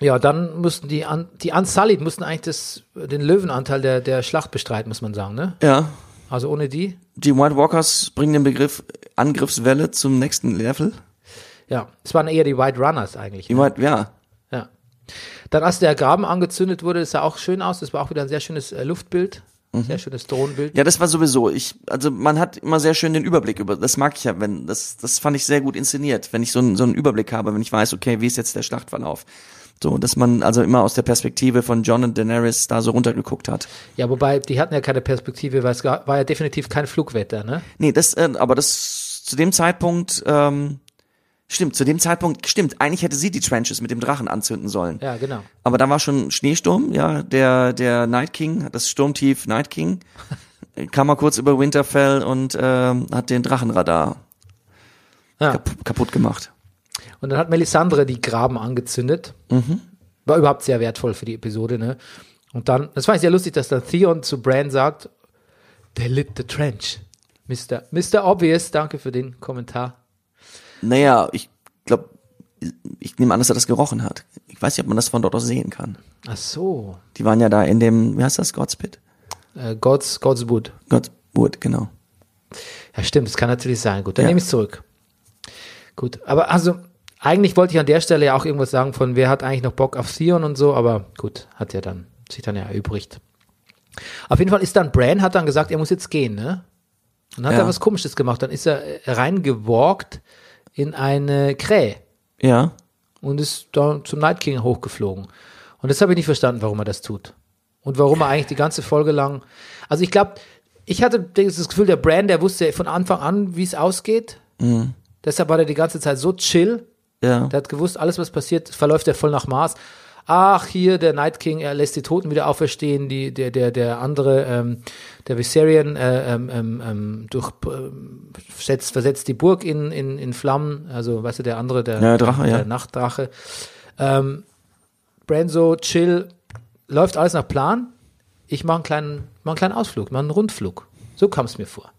Speaker 1: ja, dann mussten die, Un die Unsullied mussten eigentlich das, den Löwenanteil der, der Schlacht bestreiten, muss man sagen, ne?
Speaker 2: Ja.
Speaker 1: Also ohne die,
Speaker 2: Die White Walkers bringen den Begriff Angriffswelle zum nächsten Level.
Speaker 1: ja, es waren eher die White Runners eigentlich.
Speaker 2: Die White, ja.
Speaker 1: Ja. Dann, als der Graben angezündet wurde, das sah auch schön aus. Das war auch wieder ein sehr schönes äh, Luftbild, sehr schönes Drohnenbild.
Speaker 2: Ja, das war sowieso. Ich, also man hat immer sehr schön den Überblick über. Das mag ich ja, wenn das, das fand ich sehr gut inszeniert, wenn ich so einen so einen Überblick habe, wenn ich weiß, okay, wie ist jetzt der Schlachtverlauf. So, dass man also immer aus der Perspektive von John und Daenerys da so runtergeguckt hat.
Speaker 1: Ja, wobei, die hatten ja keine Perspektive, weil es ga- war ja definitiv kein Flugwetter, ne?
Speaker 2: Nee, das, äh, aber das zu dem Zeitpunkt, ähm, stimmt, zu dem Zeitpunkt, stimmt, eigentlich hätte sie die Trenches mit dem Drachen anzünden sollen.
Speaker 1: Ja, genau.
Speaker 2: Aber da war schon Schneesturm, ja, der, der Night King, das Sturmtief Night King, kam mal kurz über Winterfell und ähm, hat den Drachenradar
Speaker 1: Ja.
Speaker 2: kap kaputt gemacht.
Speaker 1: Und dann hat Melisandre die Graben angezündet. War überhaupt sehr wertvoll für die Episode, ne? Und dann, das fand ich sehr lustig, dass dann Theon zu Bran sagt, they lit the trench. Mr. Mr. Obvious, danke für den Kommentar.
Speaker 2: Naja, ich glaube, ich nehme an, dass er das gerochen hat. Ich weiß nicht, ob man das von dort aus sehen kann.
Speaker 1: Ach so,
Speaker 2: Die waren ja da in dem, wie heißt das, God's Pit?
Speaker 1: äh, God's, God's Wood.
Speaker 2: God's Wood, genau.
Speaker 1: Ja, stimmt, das kann natürlich sein. Gut, dann
Speaker 2: Ja.
Speaker 1: nehme ich es zurück. Gut, aber also, eigentlich wollte ich an der Stelle ja auch irgendwas sagen von, wer hat eigentlich noch Bock auf Theon und so, aber gut, hat ja dann, sich dann ja erübrigt. Auf jeden Fall ist dann Bran, hat dann gesagt, er muss jetzt gehen, ne? Und hat
Speaker 2: Ja.
Speaker 1: dann was Komisches gemacht. Dann ist er äh, reingewalkt in eine Krähe
Speaker 2: Ja.
Speaker 1: und ist dann zum Night King hochgeflogen. Und das habe ich nicht verstanden, warum er das tut. Und warum er eigentlich die ganze Folge lang. Also ich glaube, ich hatte dieses Gefühl, der Brand, der wusste von Anfang an, wie es ausgeht. Deshalb war der die ganze Zeit so chill.
Speaker 2: Ja.
Speaker 1: Der hat gewusst, alles, was passiert, verläuft er voll nach Maß. Ach, hier, der Night King, er lässt die Toten wieder auferstehen, die, der, der, der andere, ähm, der Viserion, äh, ähm, ähm, ähm, durch, ähm, setzt, versetzt die Burg in, in, in Flammen, also, weißt du, der andere, der,
Speaker 2: Ja, Drache,
Speaker 1: der
Speaker 2: ja.
Speaker 1: Nachtdrache. Ähm, Branzo, chill, läuft alles nach Plan. Ich mache einen kleinen, mach einen kleinen Ausflug, mache einen Rundflug. So kam es mir vor.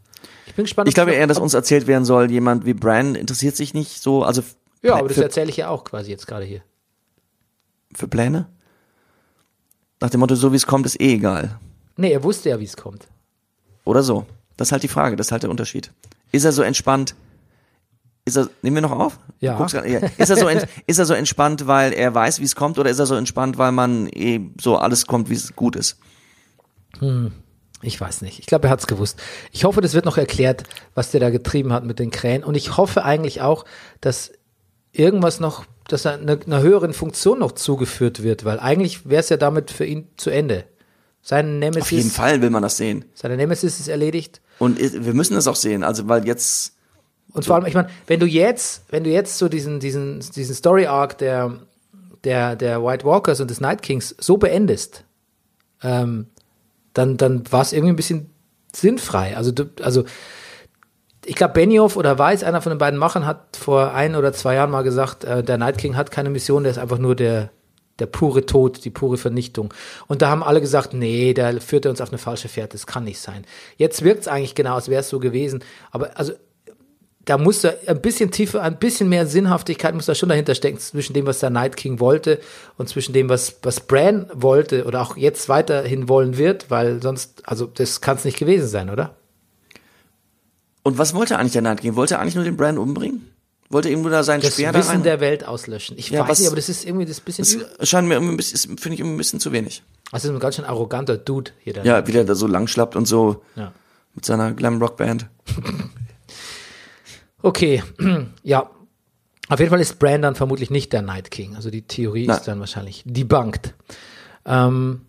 Speaker 1: Ich bin gespannt.
Speaker 2: Ich glaube eher, dass
Speaker 1: ob-
Speaker 2: uns erzählt werden soll, jemand wie Bran interessiert sich nicht so, also f-
Speaker 1: Ja, aber das
Speaker 2: für,
Speaker 1: erzähle ich ja auch quasi jetzt gerade hier.
Speaker 2: für Pläne. Nach dem Motto, so wie es kommt, ist eh egal.
Speaker 1: Nee, er wusste ja, wie es kommt.
Speaker 2: Oder so. Das ist halt die Frage, das ist halt der Unterschied. Ist er so entspannt? Ist er, nehmen wir noch auf?
Speaker 1: Ja.
Speaker 2: Guck's grad- Ist er, so ent, ist er so entspannt, weil er weiß, wie es kommt, oder ist er so entspannt, weil man eh so alles kommt, wie es gut ist?
Speaker 1: Ich weiß nicht. Ich glaube, er hat es gewusst. Ich hoffe, das wird noch erklärt, was der da getrieben hat mit den Krähen. Und ich hoffe eigentlich auch, dass irgendwas noch, dass er einer einer höheren Funktion noch zugeführt wird, weil eigentlich wäre es ja damit für ihn zu Ende. Sein Nemesis,
Speaker 2: Auf jeden Fall will man das sehen.
Speaker 1: Seine Nemesis ist erledigt.
Speaker 2: Und i- wir müssen das auch sehen, also weil jetzt,
Speaker 1: Und vor allem, ich meine, wenn du jetzt, wenn du jetzt so diesen, diesen, diesen Story Arc der, der, der White Walkers und des Night Kings so beendest, ähm, dann, dann war es irgendwie ein bisschen sinnfrei. Also, du, also ich glaube, Benioff oder Weiss, einer von den beiden Machern, hat vor ein oder zwei Jahren mal gesagt, äh, der Night King hat keine Mission, der ist einfach nur der, der pure Tod, die pure Vernichtung. Und da haben alle gesagt, nee, da führt er uns auf eine falsche Fährte, das kann nicht sein. Jetzt wirkt es eigentlich genau, als wäre es so gewesen. Aber also da muss da ein bisschen tiefer, ein bisschen mehr Sinnhaftigkeit muss da schon dahinter stecken zwischen dem, was der Night King wollte und zwischen dem, was, was Bran wollte oder auch jetzt weiterhin wollen wird, weil sonst, also das kann es nicht gewesen sein, oder?
Speaker 2: Und was wollte eigentlich der Night King? Wollte er eigentlich nur den Brand umbringen? Wollte er ihm nur da seinen
Speaker 1: Das
Speaker 2: Speer da
Speaker 1: Wissen
Speaker 2: rein?
Speaker 1: der Welt auslöschen. Ich
Speaker 2: Ja,
Speaker 1: weiß
Speaker 2: was-
Speaker 1: nicht, aber das ist irgendwie das bisschen,
Speaker 2: das scheint mir irgendwie ein bisschen, finde ich irgendwie ein bisschen zu wenig.
Speaker 1: also ist ein ganz schön arroganter Dude hier. Der
Speaker 2: Ja, wie der da so lang schlappt und so
Speaker 1: Ja.
Speaker 2: mit seiner Glam-Rock-Band.
Speaker 1: Okay, ja. Auf jeden Fall ist Bran dann vermutlich nicht der Night King. Also die Theorie
Speaker 2: Nein.
Speaker 1: ist dann wahrscheinlich debunked. Ähm,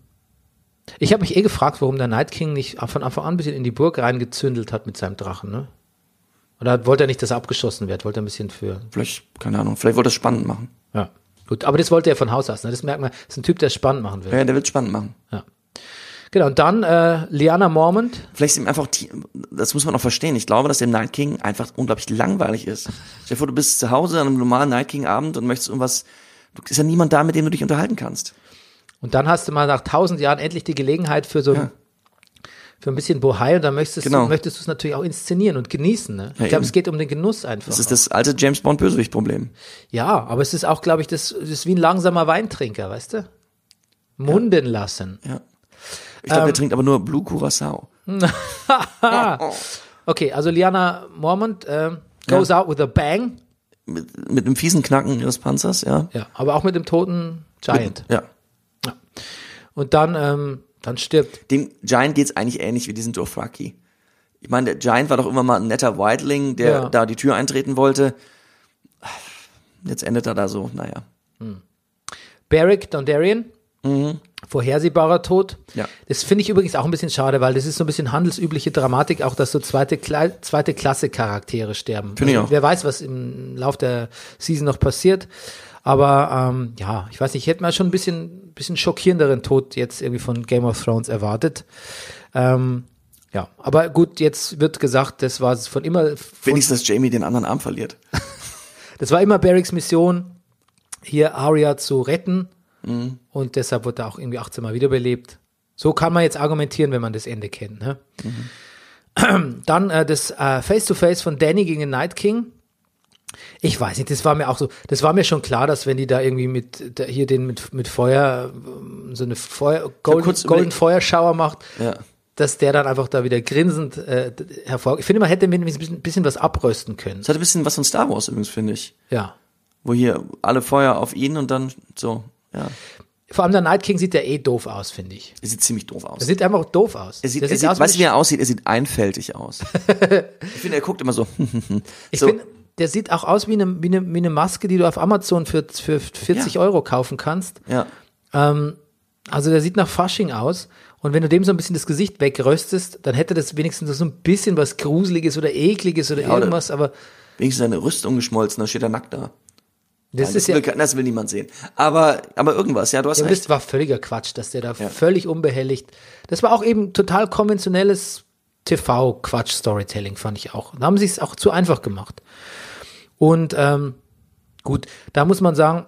Speaker 1: ich habe mich eh gefragt, warum der Night King nicht von Anfang an ein bisschen in die Burg reingezündelt hat mit seinem Drachen, ne? Oder wollte er nicht, dass er abgeschossen wird? Wollte er ein bisschen für.
Speaker 2: Vielleicht, keine Ahnung, vielleicht wollte er es spannend machen.
Speaker 1: Ja. Gut, aber das wollte er von Haus aus, ne? Das merkt man. Das ist ein Typ, der es spannend machen will.
Speaker 2: Ja, der will es spannend machen.
Speaker 1: Genau, und dann äh, Liana Mormont.
Speaker 2: Vielleicht ist ihm einfach, die- das muss man auch verstehen. Ich glaube, dass dem Night King einfach unglaublich langweilig ist. Stell dir vor, du bist zu Hause an einem normalen Night King Abend und möchtest irgendwas, du- ist ja niemand da, mit dem du dich unterhalten kannst.
Speaker 1: Und dann hast du mal nach tausend Jahren endlich die Gelegenheit für so ein,
Speaker 2: Ja.
Speaker 1: für ein bisschen Bohai und dann möchtest
Speaker 2: Genau.
Speaker 1: du möchtest du es natürlich auch inszenieren und genießen. Ne?
Speaker 2: Ja,
Speaker 1: ich glaube,
Speaker 2: eben.
Speaker 1: es geht um den Genuss einfach.
Speaker 2: Das ist das alte James Bond Bösewicht Problem.
Speaker 1: ja, aber es ist auch, glaube ich, das, das ist wie ein langsamer Weintrinker, weißt du? Munden lassen.
Speaker 2: Ja. Ich glaube, er trinkt aber nur Blue Curacao.
Speaker 1: Okay, also Liana Mormont ähm, goes out with a bang,
Speaker 2: Mit, mit einem fiesen Knacken ihres Panzers, ja.
Speaker 1: ja, aber auch mit dem toten Giant.
Speaker 2: Ja.
Speaker 1: Und dann, ähm, dann stirbt.
Speaker 2: Dem Giant geht's eigentlich ähnlich wie diesem Dothraki. Ich meine, der Giant war doch immer mal ein netter Wildling, der
Speaker 1: Ja.
Speaker 2: da die Tür eintreten wollte. Jetzt endet er da so, naja.
Speaker 1: Beric Dondarrion. Vorhersehbarer Tod.
Speaker 2: Ja.
Speaker 1: Das finde ich übrigens auch ein bisschen schade, weil das ist so ein bisschen handelsübliche Dramatik, auch dass so zweite, Kla zweite Klasse Charaktere sterben. Also
Speaker 2: Finde ich auch.
Speaker 1: Wer weiß, was im Lauf der Season noch passiert. Aber ähm, ja, ich weiß nicht, ich hätte mal schon ein bisschen, bisschen schockierenderen Tod jetzt irgendwie von Game of Thrones erwartet. Ähm, ja, aber gut, jetzt wird gesagt, das war es von immer von
Speaker 2: Wenigstens, dass Jamie den anderen Arm verliert.
Speaker 1: das war immer Barracks Mission, hier Arya zu retten.
Speaker 2: Mhm.
Speaker 1: Und deshalb wurde er auch irgendwie 18 Mal wiederbelebt. So kann man jetzt argumentieren, wenn man das Ende kennt. Ne?
Speaker 2: Mhm.
Speaker 1: Dann äh, das äh, Face-to-Face von Danny gegen den Night King. Ich weiß nicht, das war mir auch so, das war mir schon klar, dass wenn die da irgendwie mit, da, hier den mit, mit Feuer, ähm, so eine Feuer, Golden,
Speaker 2: kurz überlegt-
Speaker 1: Golden Feuerschauer macht,
Speaker 2: Ja.
Speaker 1: dass der dann einfach da wieder grinsend äh, d- hervor. Ich finde, man hätte wenigstens ein bisschen- bisschen was abrösten können.
Speaker 2: Das hat ein bisschen was von Star Wars übrigens, finde ich.
Speaker 1: Ja.
Speaker 2: Wo hier alle Feuer auf ihn und dann so, ja.
Speaker 1: Vor allem der Night King sieht ja eh doof aus, finde ich.
Speaker 2: Er sieht ziemlich doof
Speaker 1: Er
Speaker 2: aus.
Speaker 1: sieht einfach doof aus.
Speaker 2: Er sieht,
Speaker 1: Der
Speaker 2: er sieht,
Speaker 1: aus
Speaker 2: weißt du, wie
Speaker 1: wie
Speaker 2: er aussieht? Er sieht einfältig aus. ich finde, er guckt immer so.
Speaker 1: ich
Speaker 2: so.
Speaker 1: finde, der sieht auch aus wie eine, wie, eine, wie eine Maske, die du auf Amazon für, für 40
Speaker 2: Ja.
Speaker 1: Euro kaufen kannst.
Speaker 2: ja.
Speaker 1: Ähm, also der sieht nach Fasching aus. Und wenn du dem so ein bisschen das Gesicht wegröstest, dann hätte das wenigstens so ein bisschen was Gruseliges oder Ekliges oder
Speaker 2: oder-
Speaker 1: irgendwas. Aber
Speaker 2: Wenigstens seine Rüstung geschmolzen, dann steht er nackt da.
Speaker 1: das
Speaker 2: Nein,
Speaker 1: ist ja,
Speaker 2: will, kein- das will niemand sehen. Aber, aber irgendwas, ja, du hast
Speaker 1: ja
Speaker 2: recht.
Speaker 1: das war völliger Quatsch, dass der da völlig unbehelligt. Das war auch eben total konventionelles TV-Quatsch-Storytelling, fand ich auch. Da haben sie es auch zu einfach gemacht. Und ähm, gut, da muss man sagen,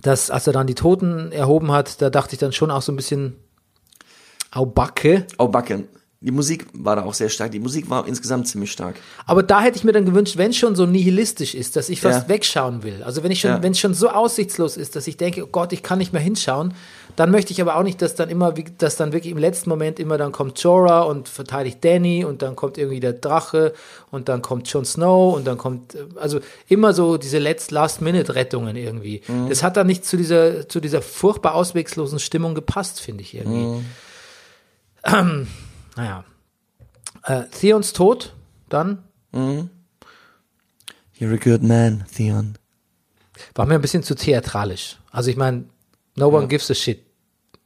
Speaker 1: dass als er dann die Toten erhoben hat, da dachte ich dann schon auch so ein bisschen au Backe.
Speaker 2: Oh, Backen. Die Musik war da auch sehr stark. Die Musik war insgesamt ziemlich stark.
Speaker 1: Aber da hätte ich mir dann gewünscht, wenn es schon so nihilistisch ist, dass ich fast
Speaker 2: Ja.
Speaker 1: wegschauen will. Also wenn ich schon,
Speaker 2: Ja.
Speaker 1: wenn es schon so aussichtslos ist, dass ich denke, oh Gott, ich kann nicht mehr hinschauen, dann möchte ich aber auch nicht, dass dann immer, wie- dass dann wirklich im letzten Moment immer dann kommt Jorah und verteidigt Danny und dann kommt irgendwie der Drache und dann kommt Jon Snow und dann kommt, äh, also immer so diese Letzt- Last-Minute-Rettungen irgendwie.
Speaker 2: Mhm.
Speaker 1: Das hat dann nicht zu dieser, zu dieser furchtbar ausweglosen Stimmung gepasst, finde ich irgendwie.
Speaker 2: Mhm.
Speaker 1: Naja. Äh, Theons Tod, dann
Speaker 2: You're a good man, Theon.
Speaker 1: war mir ein bisschen zu theatralisch. Also ich meine, no one gives a shit.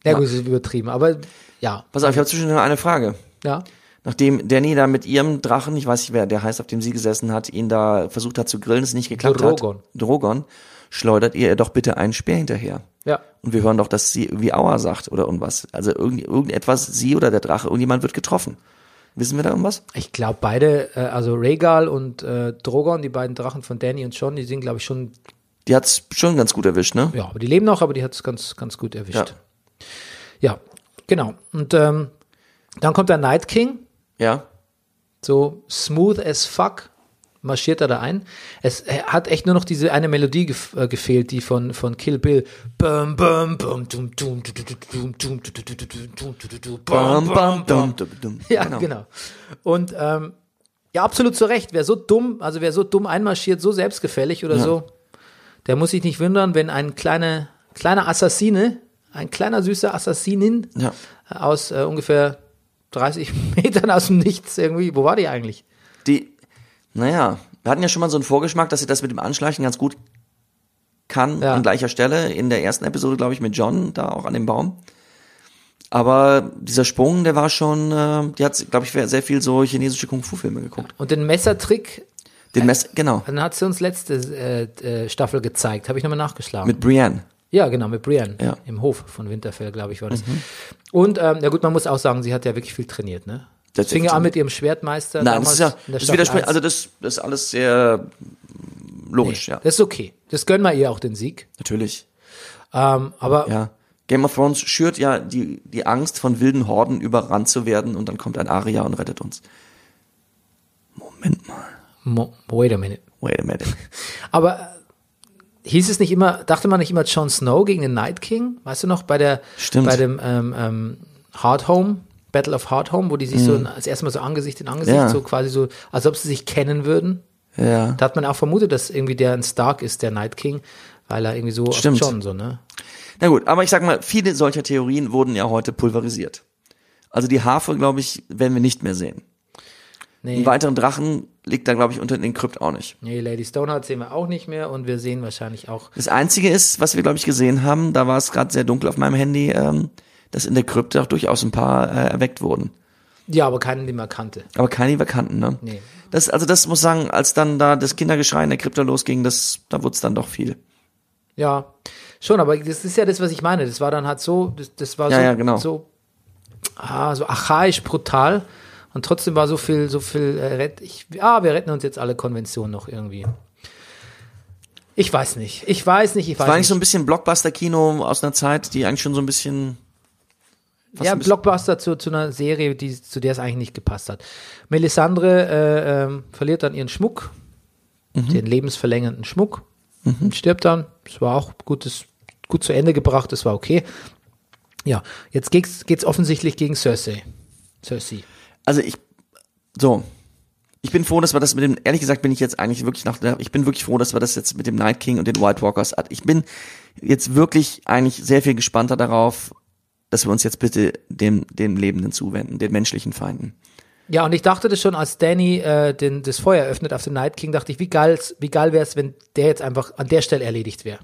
Speaker 1: Ja, gut, das ist übertrieben, aber ja,
Speaker 2: Pass auf, ich habe zwischendurch noch eine Frage.
Speaker 1: ja.
Speaker 2: Nachdem Danny da mit ihrem Drachen, ich weiß nicht, wer der heißt, auf dem sie gesessen hat, ihn da versucht hat zu grillen, es nicht geklappt
Speaker 1: Drogon.
Speaker 2: hat. Drogon. Schleudert ihr doch bitte einen Speer hinterher.
Speaker 1: Ja.
Speaker 2: Und wir hören doch, dass sie irgendwie Aua sagt oder irgendwas. Also irgend, irgendetwas, sie oder der Drache, irgendjemand wird getroffen. Wissen wir da irgendwas?
Speaker 1: Ich glaube, beide, äh, also Regal und äh, Drogon, die beiden Drachen von Danny und John, die sind, glaube ich, schon
Speaker 2: Die hat's schon ganz gut erwischt, ne?
Speaker 1: Ja, aber die leben noch, aber die hat es ganz, ganz gut erwischt. Ja, genau. Und ähm, dann kommt der Night King,
Speaker 2: Ja.
Speaker 1: so smooth as fuck, marschiert er da ein. Es äh, hat echt nur noch diese eine Melodie gef äh, gefehlt, die von, von Kill Bill. Bum, bum, bum, dum, dum, du, du, du, du, dum, du, du, du, du, du, du, du, du, du, bum,
Speaker 2: Bam, bam,
Speaker 1: bum,
Speaker 2: dum, dum, dum.
Speaker 1: Ja, genau. Und ähm, ja, absolut zu Recht. Wer so dumm, also wer so dumm einmarschiert, so selbstgefällig oder so, der muss sich nicht wundern, wenn ein kleine, kleiner Assassine, ein kleiner süßer Assassinin
Speaker 2: Ja.
Speaker 1: aus äh, ungefähr 30 Metern aus dem Nichts irgendwie, wo war die eigentlich?
Speaker 2: Die, naja, wir hatten ja schon mal so einen Vorgeschmack, dass sie das mit dem Anschleichen ganz gut kann,
Speaker 1: Ja.
Speaker 2: an gleicher Stelle, in der ersten Episode, glaube ich, mit John, da auch an dem Baum. Aber dieser Sprung, der war schon, äh, die hat, glaube ich, sehr viel so chinesische Kung-Fu-Filme geguckt.
Speaker 1: Und den Messertrick,
Speaker 2: Den Mess, genau,
Speaker 1: dann hat sie uns letzte äh, äh, Staffel gezeigt, habe ich nochmal nachgeschlagen.
Speaker 2: mit Brienne.
Speaker 1: Ja, genau, mit Brienne.
Speaker 2: Ja. Mhm.
Speaker 1: Im Hof von Winterfell, glaube ich, war das. Und, ähm, ja gut, man muss auch sagen, sie hat ja wirklich viel trainiert, ne?
Speaker 2: Das
Speaker 1: Das fing ja
Speaker 2: ist-
Speaker 1: an mit ihrem Schwertmeister.
Speaker 2: Nein,
Speaker 1: damals
Speaker 2: das ist ja,
Speaker 1: in der
Speaker 2: das
Speaker 1: Staffel
Speaker 2: widerspricht,
Speaker 1: 1.
Speaker 2: also das, das ist alles sehr mm, logisch, ja.
Speaker 1: Das ist okay. Das gönnen wir ihr auch den Sieg.
Speaker 2: Natürlich,
Speaker 1: Ähm, aber
Speaker 2: ja. Game of Thrones schürt ja die, die Angst, von wilden Horden überrannt zu werden und dann kommt ein Aria und rettet uns. Moment mal.
Speaker 1: mo- wait a minute.
Speaker 2: Wait a minute.
Speaker 1: Aber äh, hieß es nicht immer, dachte man nicht immer Jon Snow gegen den Night King? Weißt du noch, bei der
Speaker 2: Stimmt.
Speaker 1: bei dem ähm, ähm, Hardhome, Battle of Hardhome, wo die sich so in- als erstes Mal so Angesicht in Angesicht,
Speaker 2: Mhm. Ja.
Speaker 1: so quasi so, als ob sie sich kennen würden.
Speaker 2: Ja.
Speaker 1: Da hat man auch vermutet, dass irgendwie der ein Stark ist, der Night King, weil er irgendwie so
Speaker 2: Stimmt.
Speaker 1: auf John so, ne?
Speaker 2: Na gut, aber ich sag mal, viele solcher Theorien wurden ja heute pulverisiert. Also die Harfe, glaube ich, werden wir nicht mehr sehen.
Speaker 1: Nee,
Speaker 2: Einen weiteren Drachen liegt da, glaube ich, unter den Krypt auch nicht.
Speaker 1: nee, Lady Stoneheart sehen wir auch nicht mehr und wir sehen wahrscheinlich auch
Speaker 2: Das Einzige ist, was wir, glaube ich, gesehen haben, da war es gerade sehr dunkel auf meinem Handy, ähm, dass in der Krypte auch durchaus ein paar äh, erweckt wurden.
Speaker 1: Ja, aber keinen, den man kannte.
Speaker 2: Aber keine Vakanten, ne?
Speaker 1: Nee.
Speaker 2: Das, also das muss sagen, als dann da das Kindergeschrei in der Krypta losging, das, da wurde es dann doch viel.
Speaker 1: Ja, schon, aber das ist ja das, was ich meine. Das war dann halt so, das, das war
Speaker 2: Ja,
Speaker 1: so,
Speaker 2: ja, genau.
Speaker 1: so, ah, so archaisch brutal und trotzdem war so viel, so viel, äh, rett, ich, ah, wir retten uns jetzt alle Konventionen noch irgendwie. Ich weiß nicht, ich weiß nicht, ich
Speaker 2: Das war
Speaker 1: weiß
Speaker 2: eigentlich
Speaker 1: nicht.
Speaker 2: so ein bisschen Blockbuster-Kino aus einer Zeit, die eigentlich schon so ein bisschen fast
Speaker 1: ja,
Speaker 2: ein bisschen-
Speaker 1: Blockbuster zu, zu einer Serie, die, zu der es eigentlich nicht gepasst hat. Melisandre äh, ähm, verliert dann ihren Schmuck,
Speaker 2: Mhm.
Speaker 1: den lebensverlängernden Schmuck, und stirbt dann. Es war auch gutes, gut zu Ende gebracht, es war okay. Ja, jetzt geht's, geht's offensichtlich gegen Cersei. Cersei.
Speaker 2: Also ich, so. Ich bin froh, dass wir das mit dem, ehrlich gesagt bin ich jetzt eigentlich wirklich nach, der- ich bin wirklich froh, dass wir das jetzt mit dem Night King und den White Walkers, ich bin jetzt wirklich eigentlich sehr viel gespannter darauf, dass wir uns jetzt bitte dem, den Lebenden zuwenden, den menschlichen Feinden.
Speaker 1: Ja, und ich dachte das schon, als Danny äh, den, das Feuer öffnet auf dem Night King, dachte ich, wie geil, wie geil wäre es, wenn der jetzt einfach an der Stelle erledigt wäre.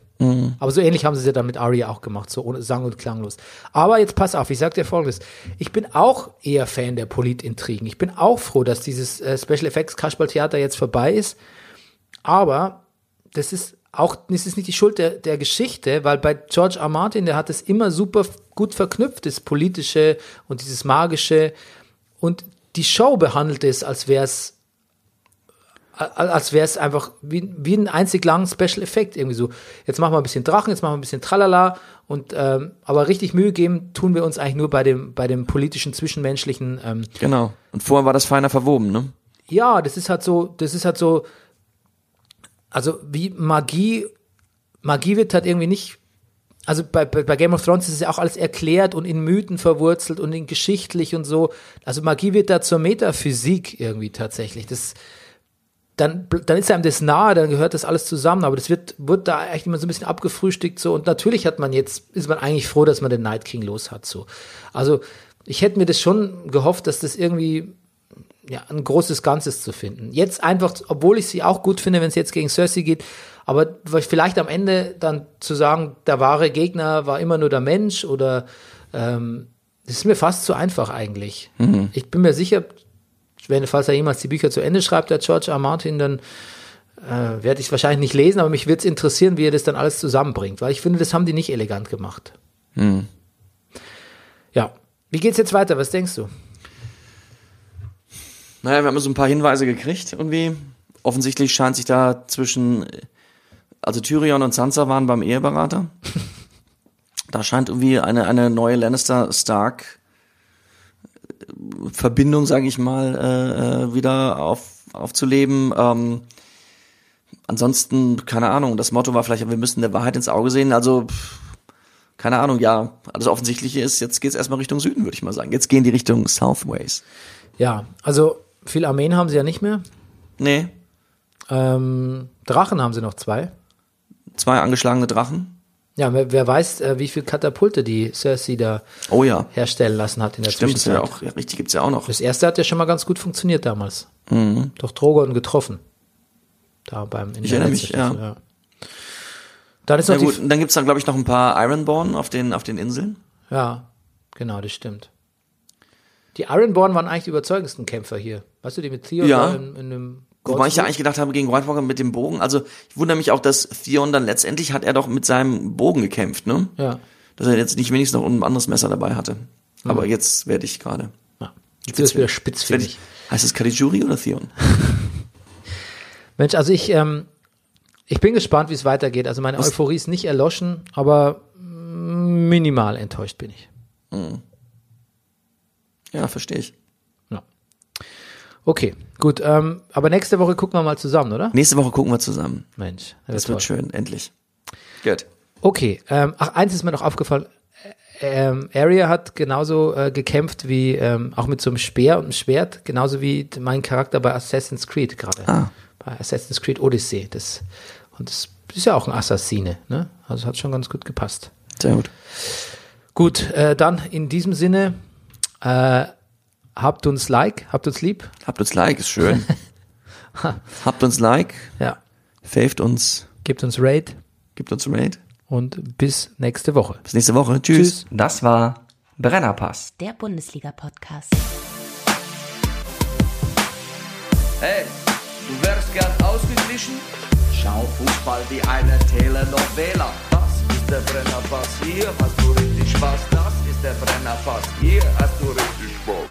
Speaker 1: Aber so ähnlich haben sie es ja dann mit Arya auch gemacht, so ohne sang- und klanglos. Aber jetzt pass auf, ich sag dir folgendes. Ich bin auch eher Fan der Politintrigen. Ich bin auch froh, dass dieses äh, Special Effects Kasperl-Theater jetzt vorbei ist. Aber das ist auch, das ist nicht die Schuld der, der Geschichte, weil bei George R. Martin, der hat es immer super f- gut verknüpft, das Politische und dieses Magische. Und die Show behandelt es, als wäre es als wäre es einfach wie, wie ein einzig langen Special Effekt irgendwie so. Jetzt machen wir ein bisschen Drachen, jetzt machen wir ein bisschen Tralala und ähm, aber richtig Mühe geben tun wir uns eigentlich nur bei dem bei dem politischen zwischenmenschlichen ähm,
Speaker 2: Genau. Und vorher war das feiner verwoben, ne?
Speaker 1: ja, das ist halt so, das ist halt so, also wie Magie, Magie wird halt irgendwie nicht, also bei, bei, bei Game of Thrones ist es ja auch alles erklärt und in Mythen verwurzelt und in geschichtlich und so. Also Magie wird da zur Metaphysik irgendwie tatsächlich. Das, dann, dann ist einem das nahe, dann gehört das alles zusammen, aber das wird, wird da eigentlich immer so ein bisschen abgefrühstückt so und natürlich hat man jetzt, ist man eigentlich froh, dass man den Night King los hat so. Also ich hätte mir das schon gehofft, dass das irgendwie ja, ein großes Ganzes zu finden. Jetzt einfach, obwohl ich sie auch gut finde, wenn es jetzt gegen Cersei geht, aber vielleicht am Ende dann zu sagen, der wahre Gegner war immer nur der Mensch oder ähm, das ist mir fast zu einfach eigentlich. Ich bin mir sicher, wenn, falls er jemals die Bücher zu Ende schreibt, der George R. Martin, dann äh, werde ich es wahrscheinlich nicht lesen, aber mich wird es interessieren, wie er das dann alles zusammenbringt, weil ich finde, das haben die nicht elegant gemacht. Ja. Wie geht's jetzt weiter? Was denkst du?
Speaker 2: Naja, wir haben so ein paar Hinweise gekriegt irgendwie. Offensichtlich scheint sich da zwischen, äh, Also Tyrion und Sansa waren beim Eheberater. da scheint irgendwie eine, eine neue Lannister-Stark äh, Verbindung, sage ich mal, äh, äh, wieder auf, aufzuleben. Ähm, ansonsten, keine Ahnung, das Motto war vielleicht, wir müssen der Wahrheit ins Auge sehen. Also, pff, keine Ahnung, ja, alles Offensichtliche ist, jetzt geht's erstmal Richtung Süden, würde ich mal sagen. Jetzt gehen die Richtung Southways.
Speaker 1: Ja, also viel Armeen haben sie ja nicht mehr.
Speaker 2: Nee,
Speaker 1: Ähm, Drachen haben sie noch zwei.
Speaker 2: zwei angeschlagene Drachen.
Speaker 1: Ja, wer, wer weiß, äh, wie viel Katapulte die Cersei da
Speaker 2: Oh ja,
Speaker 1: herstellen lassen hat in der
Speaker 2: stimmt, ist
Speaker 1: Zwischenzeit.
Speaker 2: ja auch, ja, richtig gibt's ja auch noch.
Speaker 1: Das erste hat ja schon mal ganz gut funktioniert damals. Doch Drogon getroffen. Da beim in
Speaker 2: Mhm. Ich
Speaker 1: der
Speaker 2: erinnere
Speaker 1: letzten
Speaker 2: mich, ja.
Speaker 1: Staffel, Dann ist
Speaker 2: Na
Speaker 1: noch die.
Speaker 2: gut, und dann gibt's dann, glaube ich, noch ein paar Ironborn auf den, auf den Inseln.
Speaker 1: Ja, genau, das stimmt. Die Ironborn waren eigentlich die überzeugendsten Kämpfer hier. Weißt du, die mit Theo
Speaker 2: Ja.
Speaker 1: da in, in einem
Speaker 2: Wobei ich ja
Speaker 1: Goldsmith-
Speaker 2: eigentlich gedacht habe, gegen White Walker mit dem Bogen. Also ich wundere mich auch, dass Theon dann letztendlich hat er doch mit seinem Bogen gekämpft, ne?
Speaker 1: Ja.
Speaker 2: Dass er jetzt nicht wenigstens noch ein anderes Messer dabei hatte. Aber jetzt werde ich gerade.
Speaker 1: ja. Jetzt wird es wieder spitz,
Speaker 2: werd
Speaker 1: finde ich.
Speaker 2: ich. Heißt es Caligiuri oder Theon?
Speaker 1: Mensch, also ich, ähm, ich bin gespannt, wie es weitergeht. Also meine Euphorie ist nicht erloschen, aber minimal enttäuscht bin ich.
Speaker 2: Ja, verstehe ich.
Speaker 1: Okay, gut. Ähm, aber nächste Woche gucken wir mal zusammen, oder?
Speaker 2: Nächste Woche gucken wir zusammen.
Speaker 1: Mensch,
Speaker 2: Das wird schön, endlich. Gut.
Speaker 1: Okay, ähm, ach, eins ist mir noch aufgefallen. Ä- Ähm, Arya hat genauso äh, gekämpft wie, ähm, auch mit so einem Speer und einem Schwert, genauso wie d- mein Charakter bei Assassin's Creed gerade.
Speaker 2: Ah.
Speaker 1: Bei Assassin's Creed Odyssey. Das, und das ist ja auch ein Assassine, ne? Also hat schon ganz gut gepasst.
Speaker 2: Sehr gut.
Speaker 1: Gut, äh, dann in diesem Sinne, äh, habt uns like, habt uns lieb.
Speaker 2: Habt uns Like, ist schön. Habt uns Like,
Speaker 1: Ja,
Speaker 2: faved uns,
Speaker 1: gebt uns Rate
Speaker 2: gibt uns Rate.
Speaker 1: und bis nächste Woche.
Speaker 2: Bis nächste Woche. Tschüss.
Speaker 3: Das war Brennerpass.
Speaker 4: Der Bundesliga-Podcast.
Speaker 5: Hey, du wärst gern ausgeglichen? Schau Fußball wie eine Telenovela. Das ist der Brennerpass, hier hast du richtig Spaß. Das ist der Brennerpass, hier hast du richtig Spaß.